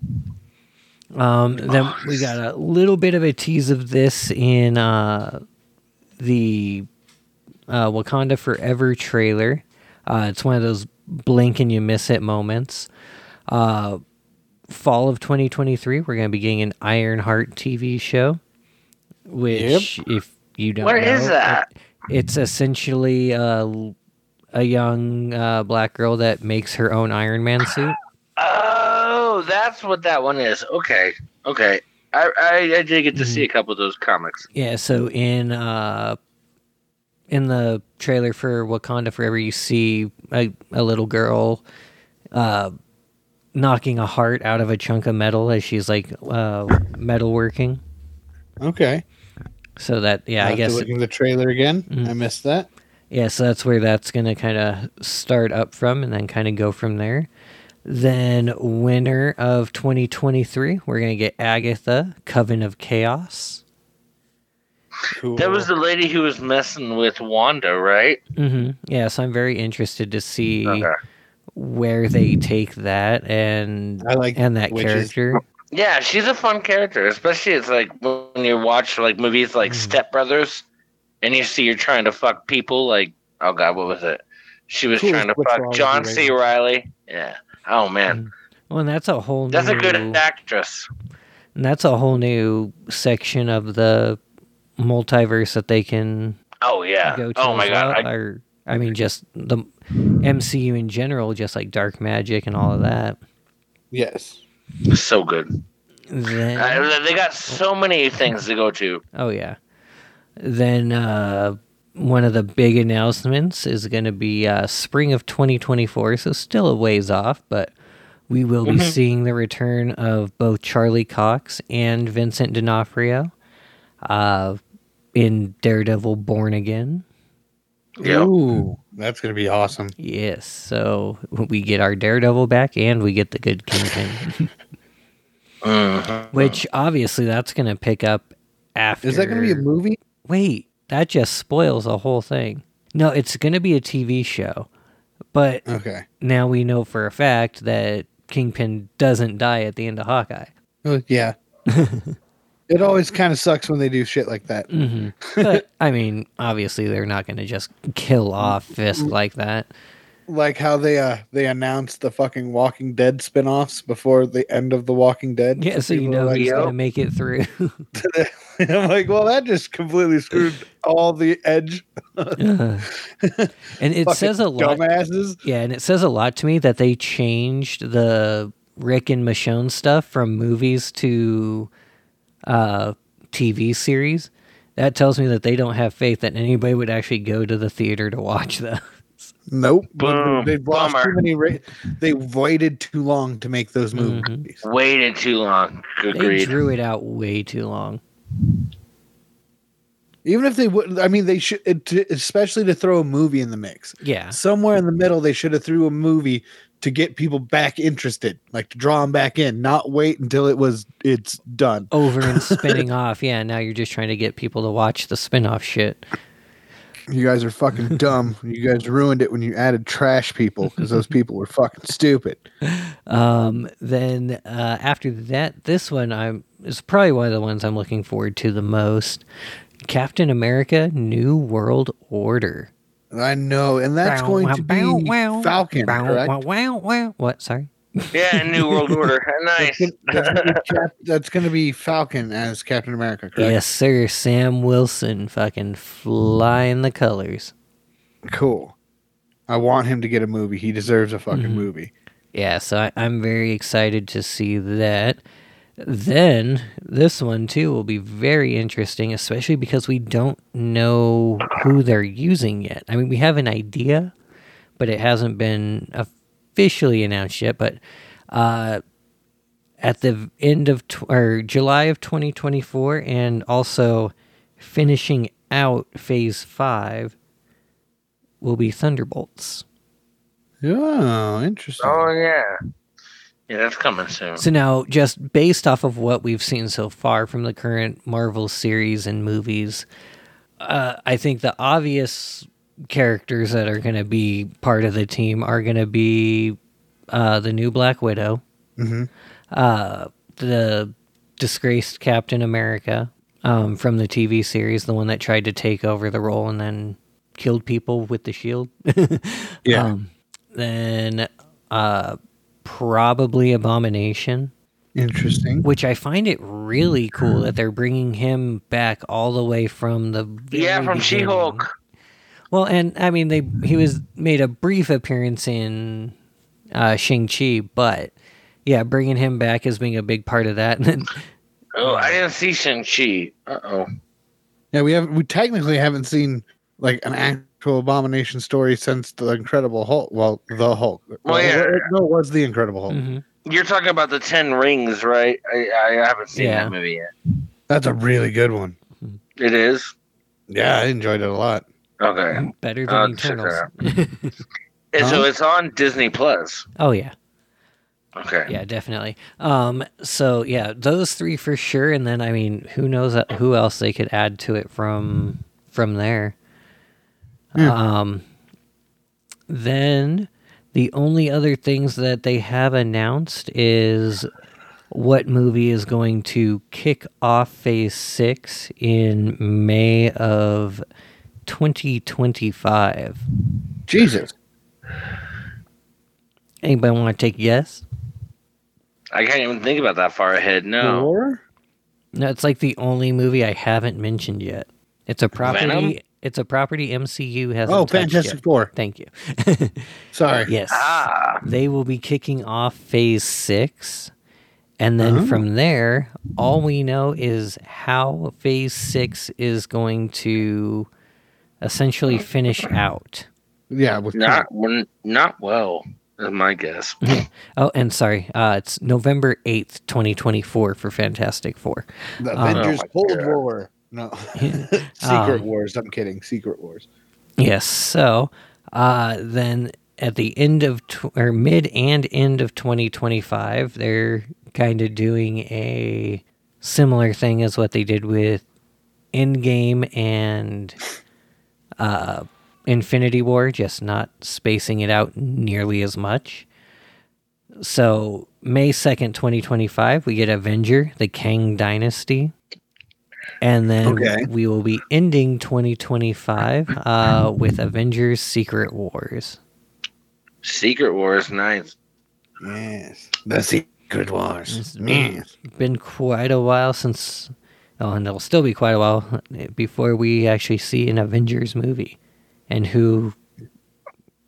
Um, then we got a little bit of a tease of this in uh, the uh, Wakanda Forever trailer. Uh, it's one of those blink and you miss it moments. Uh, fall of 2023, we're going to be getting an Ironheart TV show, which, if you don't What know, is that? it- it's essentially uh, a young uh, black girl that makes her own Iron Man suit. Oh, that's what that one is. Okay. Okay. I I, I did get to see a couple of those comics. Yeah, so in uh in the trailer for Wakanda Forever you see a, a little girl uh knocking a heart out of a chunk of metal as she's like uh metal working. Okay. So that yeah, I'll I have to guess Mm. look in the trailer again. I missed that. yeah, so that's where that's going to kind of start up from and then kind of go from there. Then winter of 2023, we're going to get Agatha Coven of Chaos. Cool. That was the lady who was messing with Wanda, right? hmm Yeah, so I'm very interested to see Okay. where they take that and I like and that witches. character. Yeah, she's a fun character, especially it's like when you watch like movies like Step Brothers, and you see her trying to fuck people. Like, oh god, what was it? She was Cool, trying to what's wrong fuck with John you, C. Riley. Yeah. Oh man, Well, and that's a whole that's new a good actress. and that's a whole new section of the multiverse that they can Oh yeah. go to. Oh as my god. well, I, or I mean, just the MCU in general, just like dark magic and all of that. Yes. so good. Then, I, they got so many things to go to. Oh yeah. Then uh, one of the big announcements is going to be uh, spring of 2024, so still a ways off, but we will be seeing the return of both Charlie Cox and Vincent D'Onofrio uh, in Daredevil: Born Again. Yeah. Ooh, that's gonna be awesome. Yes, so we get our Daredevil back and we get the good Kingpin, Mhm. which obviously that's going to pick up after. Is that gonna be a movie? Wait, that just spoils the whole thing. No, it's going to be a TV show. But Okay. now we know for a fact that Kingpin doesn't die at the end of Hawkeye. Oh, Yeah. it always kind of sucks when they do shit like that. Mm. But, I mean, obviously, they're not going to just kill off Fisk like that. Like how they uh they announced the fucking Walking Dead spin-offs before the end of the Walking Dead. Yeah, so you People are know like, he's "Yep." going to make it through. I'm like, well, that just completely screwed all the edge. and it fucking says a lot. Dumbasses. Yeah, and it says a lot to me that they changed the Rick and Michonne stuff from movies to uh, TV series. That tells me that they don't have faith that anybody would actually go to the theater to watch them. Nope. Boom. They've lost Bummer. too many. Ra- they waited too long to make those movies. Mm-hmm. Waited too long. They Agreed. drew it out way too long. Even if they would, I mean, they should, it, to- especially to throw a movie in the mix. Yeah. Somewhere in the middle, they should have threw a movie to get people back interested, like to draw them back in, not wait until it was it's done. Over and spinning off. Yeah, now you're just trying to get people to watch the spin off shit. You guys are fucking dumb. You guys ruined it when you added trash people because those people were fucking stupid. Um, then uh, after that, this one I'm is probably one of the ones I'm looking forward to the most. Captain America: New World Order. I know, and that's going to be Falcon, correct? Wow, wow, wow. What? Sorry. Yeah, New World Order. Nice. That's gonna be Cap- That's going to be Falcon as Captain America, correct? Yes, sir. Sam Wilson, fucking flying the colors. Cool. I want him to get a movie. He deserves a fucking movie. Yeah, so I, I'm very excited to see that. Then this one too will be very interesting, especially because we don't know who they're using yet. I mean, we have an idea, but it hasn't been officially announced yet. But uh, at the end of tw- or July of 2024, and also finishing out Phase Five, will be Thunderbolts. Oh, interesting. Oh yeah. Yeah, that's coming soon. So now, just based off of what we've seen so far from the current Marvel series and movies, uh, I think the obvious characters that are going to be part of the team are going to be uh, the new Black Widow, Mhm. uh, the disgraced Captain America um, from the TV series, the one that tried to take over the role and then killed people with the shield. Yeah. Um, then uh, probably Abomination Interesting. which I find it really cool Mm. that they're bringing him back all the way from the Yeah, very from beginning. She-Hulk. Well, and I mean, they he was made a brief appearance in uh, Shang Chi, but yeah, bringing him back as being a big part of that. And then, Oh, I didn't see Shang-Chi. Uh-oh. Yeah, we have we technically haven't seen like an actual abomination story since the Incredible Hulk. Well, the Hulk. Well, yeah. no, it was the Incredible Hulk. Mhm. You're talking about the Ten Rings, right? I, I haven't seen Yeah. that movie yet. That's a really good one. It is? Yeah, I enjoyed it a lot. Okay. better I'll than check it Eternals. And Huh? so it's on Disney Plus. oh yeah. Okay. Yeah, definitely. Um, so yeah, those three for sure, and then I mean, who knows uh, who else they could add to it from from there. Um, then the only other things that they have announced is what movie is going to kick off Phase Six in May of 2025. Jesus. Anybody want to take a guess? I can't even think about that far ahead. No. Oh, War? No, it's like the only movie I haven't mentioned yet. It's a property. Venom? It's a property MCU hasn't. Oh, touched yet. Fantastic Four. Thank you. Sorry. yes, Ah. they will be kicking off Phase Six, and then Uh-huh. from there, all we know is how Phase Six is going to essentially finish out. Yeah, with Not n- not well. Is my guess. Oh, and sorry, uh, it's November eighth, twenty twenty four, for Fantastic Four. the Oh, Avengers my Cold God. War. No. Secret Um, Wars. I'm kidding. Secret Wars. Yes. So uh, then at the end of, tw- or mid and end of 2025, they're kind of doing a similar thing as what they did with Endgame and uh, Infinity War, just not spacing it out nearly as much. So May 2nd, 2025, we get Avenger, the Kang Dynasty. And then Okay. we will be ending 2025 uh, with Avengers Secret Wars. Secret Wars. Nice. Yes. The Secret Wars. It's been, been quite a while since, oh, and it'll still be quite a while before we actually see an Avengers movie and who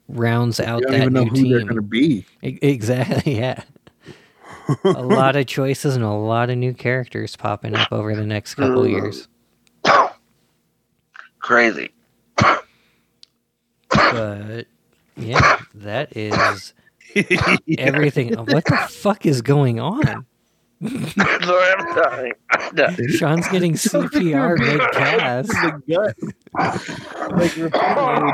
rounds out You don't that even know new who team. they're going to be. E- Exactly, yeah. a lot of choices and a lot of new characters popping up over the next Uh. couple years. Crazy. But yeah, that is everything. What the fuck is going on? Lord, I'm sorry. I'm done. Sean's getting CPR mid cast. Like, repeatedly,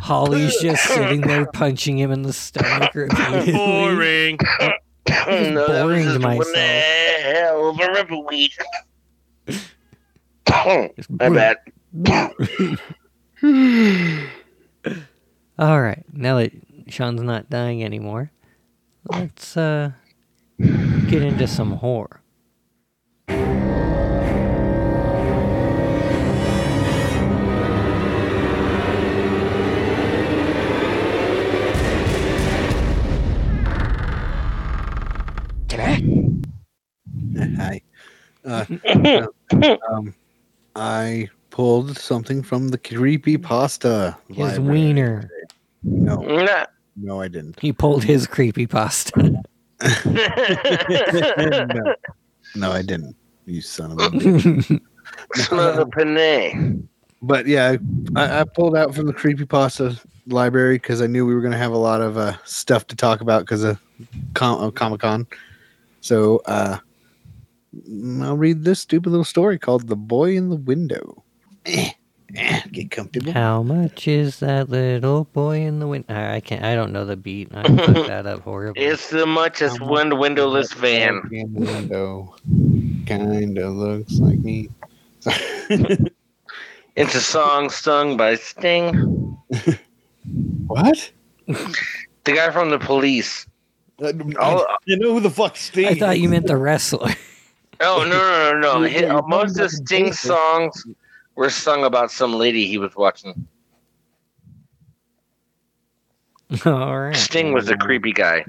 Holly's just sitting there punching him in the stomach repeatedly. Boring. no, that was boring just to myself. one hell of a ripple week. I bet. All right, now that Sean's not dying anymore, let's uh, get into some horror. Hi. Uh, no, um, I pulled something from the creepy pasta. His wiener. No, Nah. no, I didn't. He pulled his creepy pasta. no. No, I didn't. You son of a. bitch. Smell the penne. But yeah, I, I pulled out from the creepy pasta library because I knew we were going to have a lot of uh, stuff to talk about because of com- uh, Comic Con. So uh, mm, I'll read this stupid little story called "The Boy in the Window." Eh, eh, get comfortable. How much is that little boy in the wind? I I can't. I don't know the beat. I fucked that up horribly. It's the muchest one windowless van. Boy in the window kind of looks like me. It's a song sung by Sting, What? the guy from the police. I, Oh, you know who the fuck Steve? I thought you meant the wrestler. oh no, no, no, no! Yeah, His, you're uh, most talking of about Sting's songs were sung about some lady he was watching. All right. Sting was a creepy guy.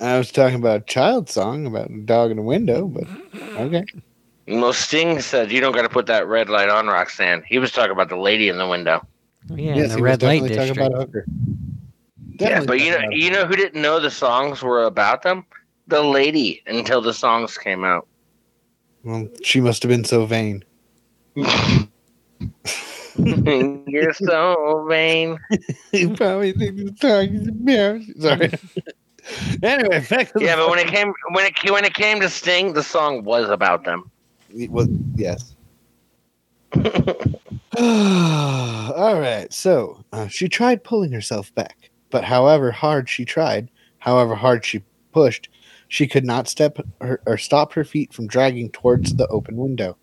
I was talking about a child song about a dog in a window, but okay. Well, Sting said, "You don't got to put that red light on, Roxanne." He was talking about the lady in the window. Yeah, the yes, he was red light definitely district. talking about a hooker. Yeah, but Definitely you know, talking about a you know who didn't know the songs were about them? The lady until the songs came out. hooker. Well, she must have been so vain. You're so vain. you probably think the song is about. Sorry. anyway, back to the- Yeah, but when it came when it when it came to Sting, the song was about them. It was yes. All right. So uh, she tried pulling herself back, But however hard she tried, however hard she pushed, she could not step her, or stop her feet from dragging towards the open window.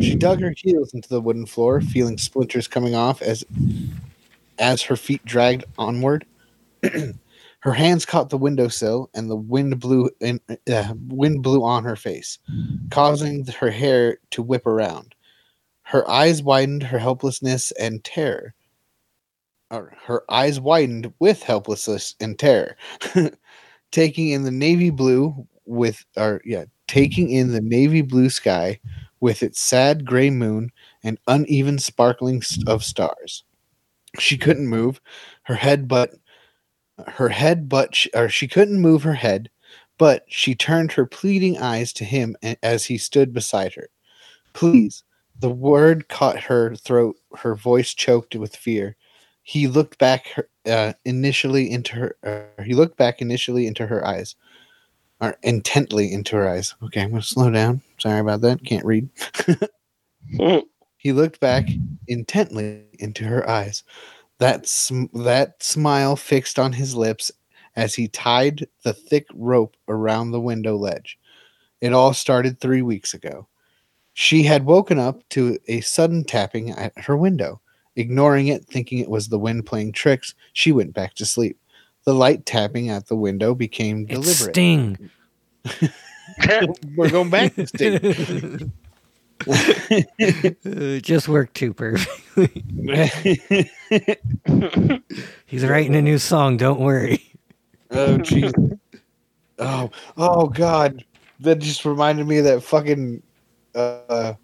She dug her heels into the wooden floor, feeling splinters coming off as as her feet dragged onward. her hands caught the windowsill, and the wind blew in, uh, wind blew on her face, causing her hair to whip around. Her eyes widened, her helplessness and terror. Or her eyes widened with helplessness and terror, taking in the navy blue with, or yeah, taking in the navy blue sky with its sad gray moon and uneven sparkling s- of stars. She couldn't move her head, but her head, but sh- or she couldn't move her head, but she turned her pleading eyes to him a- as he stood beside her. Please, the word caught her throat. Her voice choked with fear. He looked back her, uh, initially into her. Uh, he looked back initially into her eyes, or intently into her eyes. Okay, I'm gonna slow down. Sorry about that. Can't read. he looked back intently into her eyes. That sm- that smile fixed on his lips as he tied the thick rope around the window ledge. It all started three weeks ago. She had woken up to a sudden tapping at her window. Ignoring it, thinking it was the wind playing tricks, she went back to sleep. The light tapping at the window became It's deliberate. Sting. We're going back to sleep. Uh, just worked too perfectly. He's writing a new song. Don't worry. oh jeez. Oh oh god. That just reminded me of that fucking uh,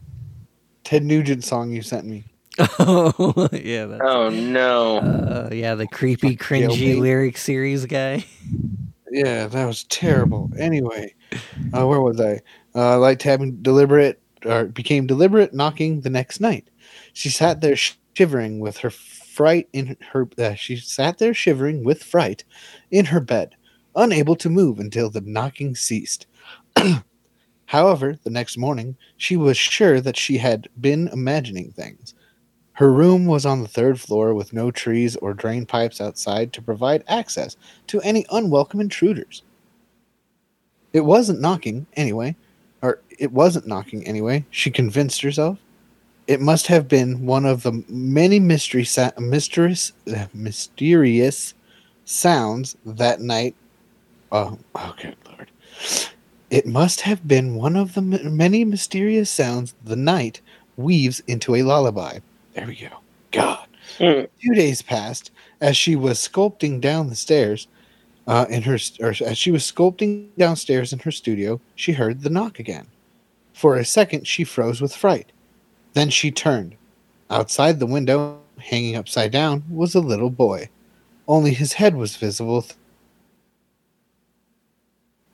Ted Nugent song you sent me. Oh yeah, that's, Oh no. uh, yeah, the creepy, yeah, cringy wait. lyric series guy. Yeah, that was terrible. Anyway, uh, where was I? Uh, light tapping deliberate or became deliberate knocking the next night. She sat there sh- shivering with her fright in her. Uh, she sat there shivering with fright in her bed, unable to move until the knocking ceased. However, the next morning she was sure that she had been imagining things. Her room was on the third floor with no trees or drain pipes outside to provide access to any unwelcome intruders. It wasn't knocking anyway, or it wasn't knocking anyway, she convinced herself. It must have been one of the many mystery sa- mysterious, uh, mysterious sounds that night. Oh, oh, good lord. It must have been one of the m- many mysterious sounds the night weaves into a lullaby. There we go. God. Hmm. Two days passed as she was sculpting down the stairs uh, in her or as she was sculpting downstairs in her studio, she heard the knock again. For a second, she froze with fright. Then she turned. Outside the window, hanging upside down, was a little boy. Only his head was visible th-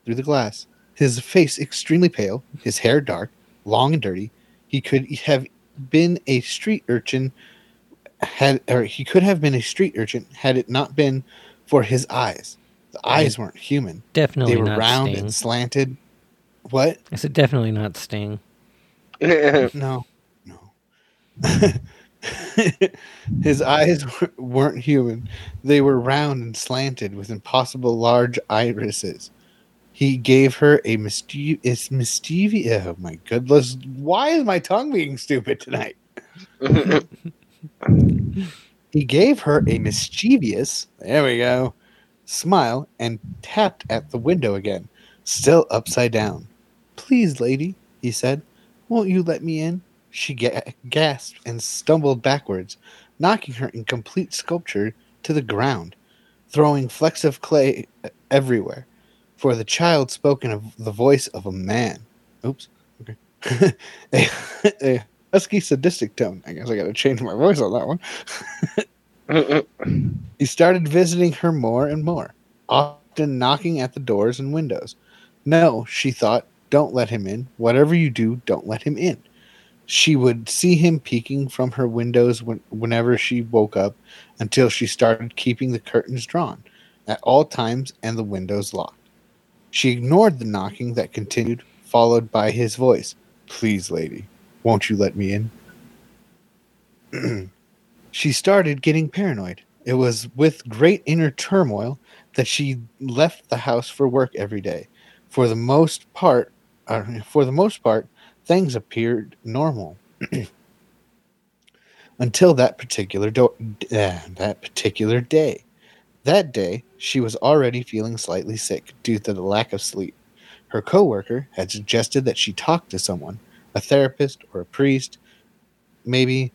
through the glass. His face extremely pale, his hair dark, long and dirty. He could have been a street urchin had or he could have been a street urchin had it not been for his eyes. The eyes weren't human. Definitely they were not round Sting. and slanted. What? I said definitely not Sting. No, no. His eyes w- weren't human. They were round and slanted with impossible large irises. He gave her a mischievous, mischievous. Oh my goodness! Why is my tongue being stupid tonight? he gave her a mischievous. There we go. Smile and tapped at the window again, still upside down. Please, lady, he said. Won't you let me in? She ga- gasped and stumbled backwards, knocking her incomplete sculpture to the ground, throwing flecks of clay uh, everywhere. For the child spoke in a, the voice of a man. Oops. Okay. a, a husky, sadistic tone. I guess I got to change my voice on that one. He started visiting her more and more, often knocking at the doors and windows. No, she thought, don't let him in. Whatever you do, don't let him in. She would see him peeking from her windows when, whenever she woke up until she started keeping the curtains drawn at all times and the windows locked. She ignored the knocking that continued, followed by his voice Please, lady, won't you let me in? she started getting paranoid. It was with great inner turmoil that she left the house for work every day. For the most part, uh, for the most part, things appeared normal until that particular do- uh, that particular day. That day, she was already feeling slightly sick due to the lack of sleep. Her coworker had suggested that she talk to someone, a therapist or a priest. Maybe,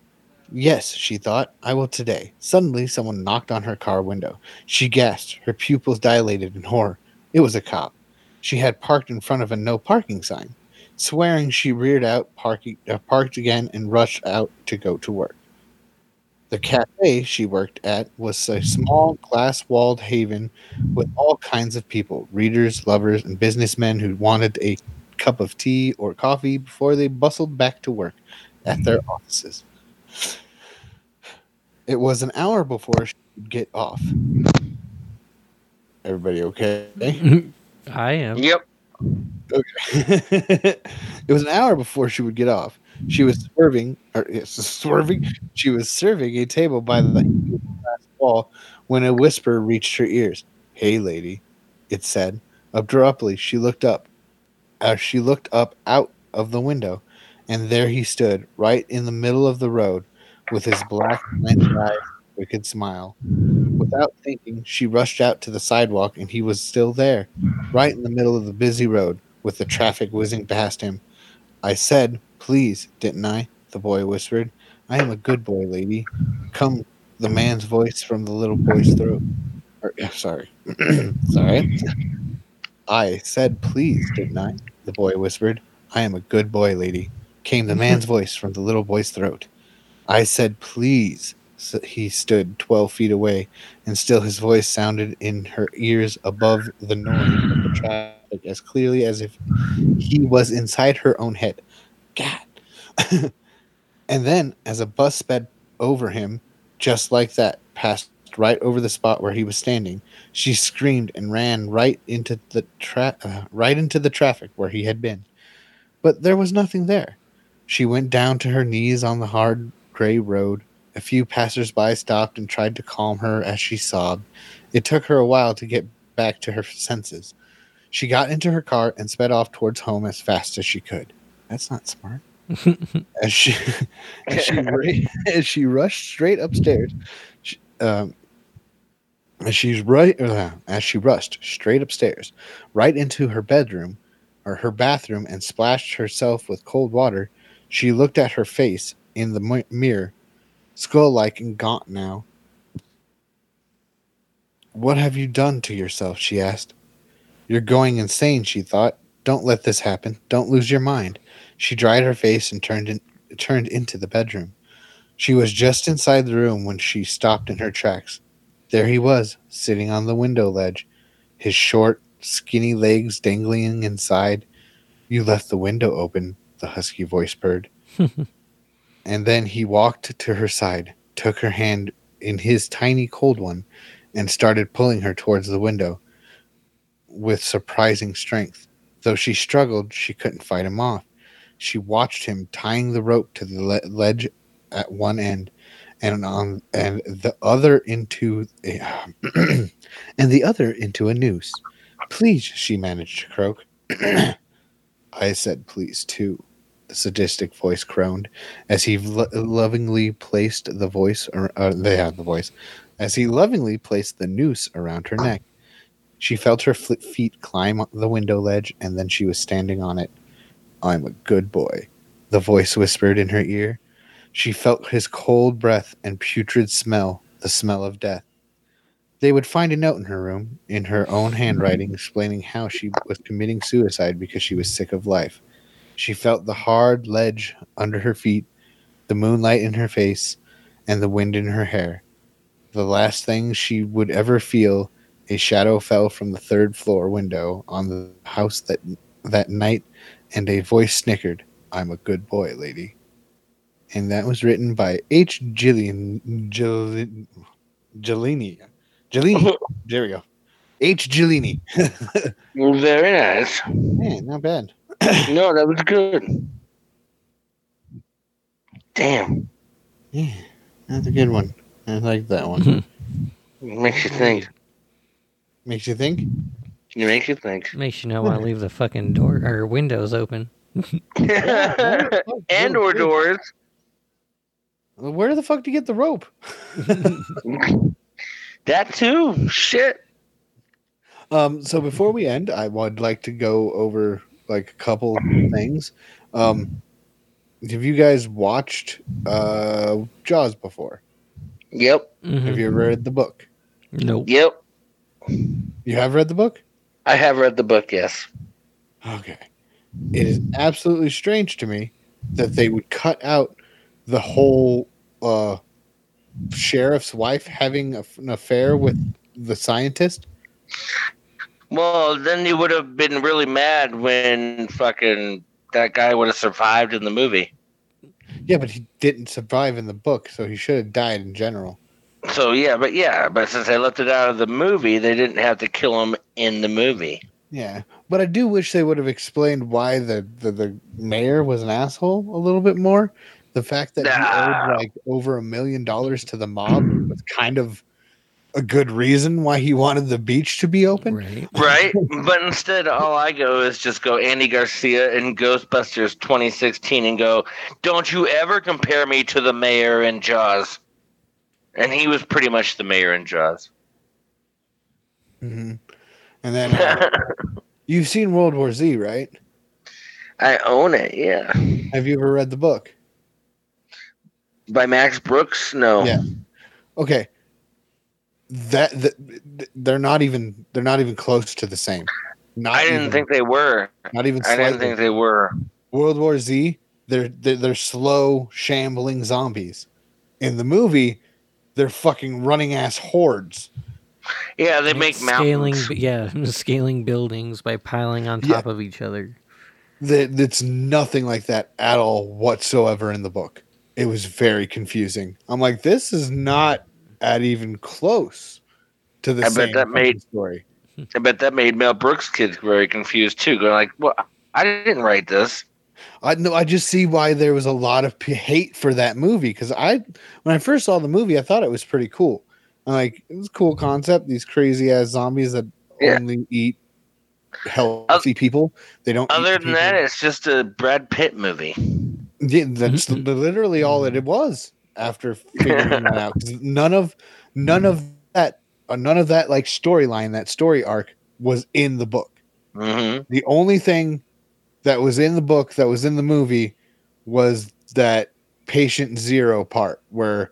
yes, she thought, I will today. Suddenly, someone knocked on her car window. She gasped, her pupils dilated in horror. It was a cop. She had parked in front of a no parking sign. Swearing, she reared out, parking, uh, parked again, and rushed out to go to work. The cafe she worked at was a small glass walled haven with all kinds of people readers, lovers, and businessmen who wanted a cup of tea or coffee before they bustled back to work at their offices. It was an hour before she could get off. Everybody okay? I am. Yep. it was an hour before she would get off. She was swerving, or yes, swerving. She was serving a table by the glass wall when a whisper reached her ears. "Hey, lady," it said. Abruptly, she looked up. As she looked up out of the window, and there he stood, right in the middle of the road, with his black, slanted eyes, wicked smile. Without thinking, she rushed out to the sidewalk, and he was still there, right in the middle of the busy road, with the traffic whizzing past him. I said, Please, didn't I? The boy whispered. I am a good boy, lady. Come, the man's voice from the little boy's throat. Or, sorry. sorry. I said, Please, didn't I? The boy whispered. I am a good boy, lady. Came the man's voice from the little boy's throat. I said, Please. So he stood 12 feet away, and still his voice sounded in her ears above the noise of the traffic as clearly as if he was inside her own head. God. and then, as a bus sped over him, just like that, passed right over the spot where he was standing, she screamed and ran right into the tra- uh, right into the traffic where he had been. But there was nothing there. She went down to her knees on the hard gray road. A few passersby stopped and tried to calm her as she sobbed. It took her a while to get back to her senses. She got into her car and sped off towards home as fast as she could. That's not smart. as she as she, ra- as she rushed straight upstairs, she, um, as she's right uh, as she rushed straight upstairs, right into her bedroom or her bathroom and splashed herself with cold water. She looked at her face in the mi- mirror, skull like and gaunt now. What have you done to yourself? she asked. You're going insane, she thought. Don't let this happen. Don't lose your mind. She dried her face and turned in, turned into the bedroom. She was just inside the room when she stopped in her tracks. There he was, sitting on the window ledge, his short, skinny legs dangling inside. You left the window open, the husky voice purred. and then he walked to her side, took her hand in his tiny cold one, and started pulling her towards the window with surprising strength. Though she struggled, she couldn't fight him off. She watched him tying the rope to the le- ledge at one end and on and the other into and the other into a noose. Please, she managed to croak. I said please too, the sadistic voice groaned as he lo- lovingly placed the voice ar- uh, they had the voice as he lovingly placed the noose around her neck. She felt her fl- feet climb up the window ledge and then she was standing on it. I'm a good boy, the voice whispered in her ear. She felt his cold breath and putrid smell, the smell of death. They would find a note in her room, in her own handwriting, explaining how she was committing suicide because she was sick of life. She felt the hard ledge under her feet, the moonlight in her face, and the wind in her hair. The last thing she would ever feel, a shadow fell from the third floor window on the house that that night, and a voice snickered, "I'm a good boy, lady." And that was written by H. Gillian Gillian Gillini. Gillini. There we go. H. Gillini. Very nice. Man, not bad. No, that was good. Damn. Yeah, that's a good one. I like that one. It makes you think. Makes you think. It makes you think. Makes you know why I leave the fucking door or windows open. and or doors. Where the fuck do you get the rope? That too. Shit. Um, so before we end, I would like to go over like a couple things. Um, have you guys watched uh, Jaws before? Yep. Have you read the book? Mm-hmm. Nope. Yep. You have read the book? I have read the book, yes. Okay. It is absolutely strange to me that they would cut out the whole uh, sheriff's wife having a, an affair with the scientist. Well, then you would have been really mad when fucking that guy would have survived in the movie. Yeah, but he didn't survive in the book, so he should have died in general. So yeah, but yeah, but since they left it out of the movie, they didn't have to kill him in the movie. Yeah, but I do wish they would have explained why the the, the mayor was an asshole a little bit more. The fact that he Nah. owed like over a million dollars to the mob was kind of a good reason why he wanted the beach to be open. Right. Right? but instead all I go is just go Andy Garcia and Ghostbusters 2016 and go, "Don't you ever compare me to the mayor in Jaws." And he was pretty much the mayor in Jaws. hmm And then uh, you've seen World War Z, right? I own it, yeah. Have you ever read the book? By Max Brooks? No. Yeah. Okay. That, that they're not even they're not even close to the same. Not I didn't even, think they were. not even I slightly. didn't think they were. World War Z, they're, they're they're slow, shambling zombies. In the movie, they're fucking running ass hordes. Yeah, they make scaling, mountains. yeah, scaling buildings by piling on Yeah. top of each other. That that's nothing like that at all whatsoever in the book. It was very confusing. I'm like, this is not at even close to the I bet same that fucking made- story. I bet that made Mel Brooks' kids very confused too. Going like, "Well, I didn't write this." I know. I just see why there was a lot of p- hate for that movie because I, when I first saw the movie, I thought it was pretty cool. I'm like, it was a cool concept. These crazy ass zombies that Mm-hmm. Yeah. only eat healthy people. They don't. eat Other the than that, people- it's just a Brad Pitt movie. Yeah, that's li- literally all that it was. After figuring that out, 'Cause none of, none of that, uh, none of that like storyline, that story arc was in the book. hmm The only thing that was in the book that was in the movie was that patient zero part where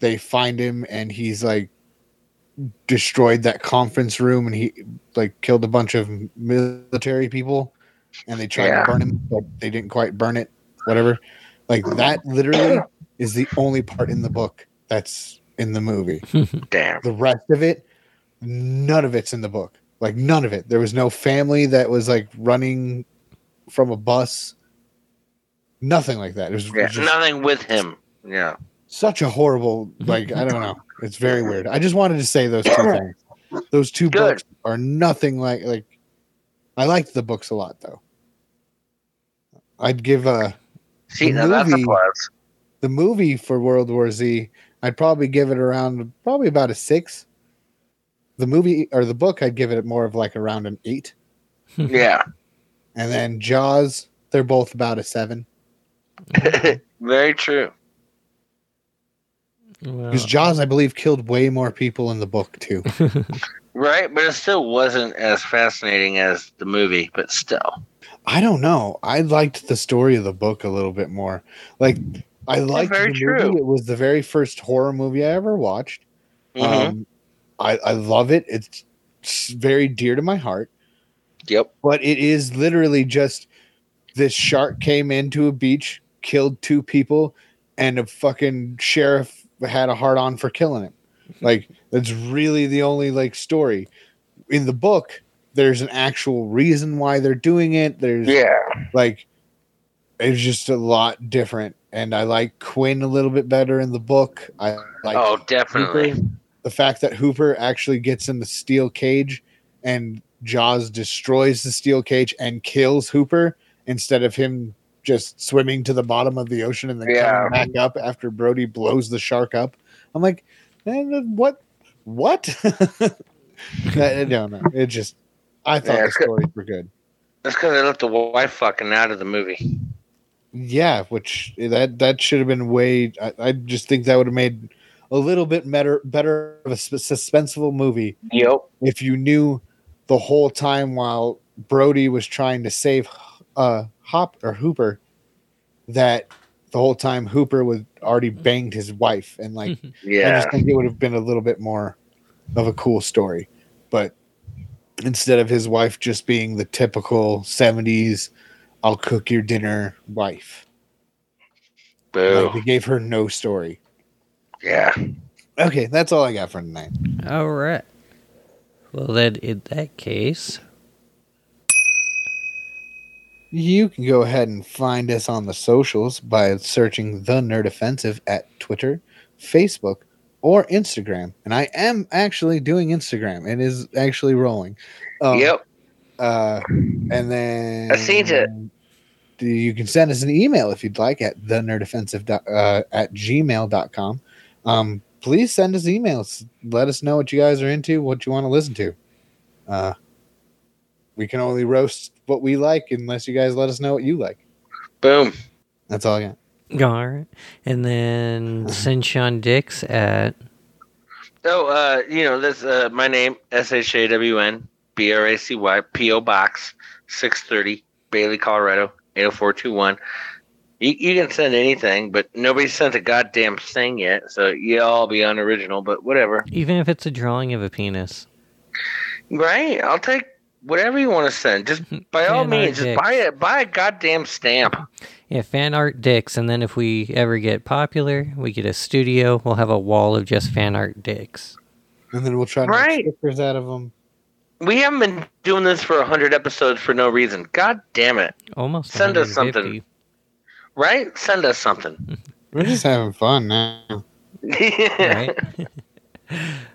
they find him and he's like destroyed that conference room and he like killed a bunch of military people and they tried Yeah. to burn him but they didn't quite burn it whatever like that literally is the only part in the book that's in the movie Damn. the rest of it none of it's in the book like none of it there was no family that was like running from a bus nothing like that it was, it was Yeah, just nothing with him. Yeah. such a horrible like i don't know it's very weird i just wanted to say those two things those two Good. books are nothing like like i liked the books a lot though i'd give uh See, The now that's a movie- plus. the movie for world war z i'd probably give it around probably about a six the movie or the book i'd give it more of like around an eight Yeah. and then jaws they're both about a seven Very true. Well, because jaws i believe killed way more people in the book too Right, but it still wasn't as fascinating as the movie. But still, I don't know. I liked the story of the book a little bit more. Like I liked very the true. movie. It was the very first horror movie I ever watched. Mhm. Um, I, I love it. It's s- very dear to my heart. yep. But it is literally just this shark came into a beach, killed two people, and a fucking sheriff had a hard on for killing him. Like that's really the only like story in the book. There's an actual reason why they're doing it. There's Yeah. like it's just a lot different and i like quinn a little bit better in the book i like oh, definitely. Hooper. the fact that hooper actually gets in the steel cage and jaws destroys the steel cage and kills hooper instead of him just swimming to the bottom of the ocean and then Yeah. coming back up after brody blows the shark up i'm like "Man, uh, what what? That- no, no. It just, I thought Yeah, the it's good. stories were good. That's because they left the wife fucking out of the movie. Yeah, which that that should have been way. I, I just think that would have made a little bit better better of a sus- suspenseful movie Yep. if you knew the whole time while Brody was trying to save uh Hop or Hooper that the whole time Hooper was already banged his wife and like I Yeah. just think it would have been a little bit more of a cool story. But instead of his wife just being the typical 70s I'll cook your dinner wife. Boo. Like, they gave her no story. Yeah. Okay, that's all I got for tonight. All right. Well, then, in that case, You can go ahead and find us on the socials by searching The Nerd Offensive at Twitter, Facebook, or Instagram. And I am actually doing Instagram. It is actually rolling. Um, yep. Uh, and then I seen it. do- You can send us an email if you'd like at the nerdoffensive dot- uh, at gmail.com. Um, please send us emails. Let us know what you guys are into, what you want to listen to. Uh, we can only roast what we like unless you guys let us know what you like. Boom. That's all I got. all right. And then send Sean Dix at. Oh, uh, you know, that's uh, my name, S H A W N B R A C Y, P.O. Box 630, Bailey, Colorado, 80421. You, you can send anything, but nobody sent a goddamn thing yet, so y'all be unoriginal, but whatever. Even if it's a drawing of a penis. Right? I'll take whatever you want to send. Just by all Fan art means, just dicks. buy it. Buy a goddamn stamp. Yeah, fan art dicks. And then if we ever get popular, we get a studio. We'll have a wall of just fan art dicks. And then we'll try to Right. make stickers out of them. We haven't been doing this for 100 episodes for no reason. God damn it. Almost. Send us something. 150. Right? Send us something. We're just having fun now. All right.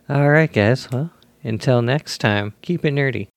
all right, guys. Well, until next time, keep it nerdy.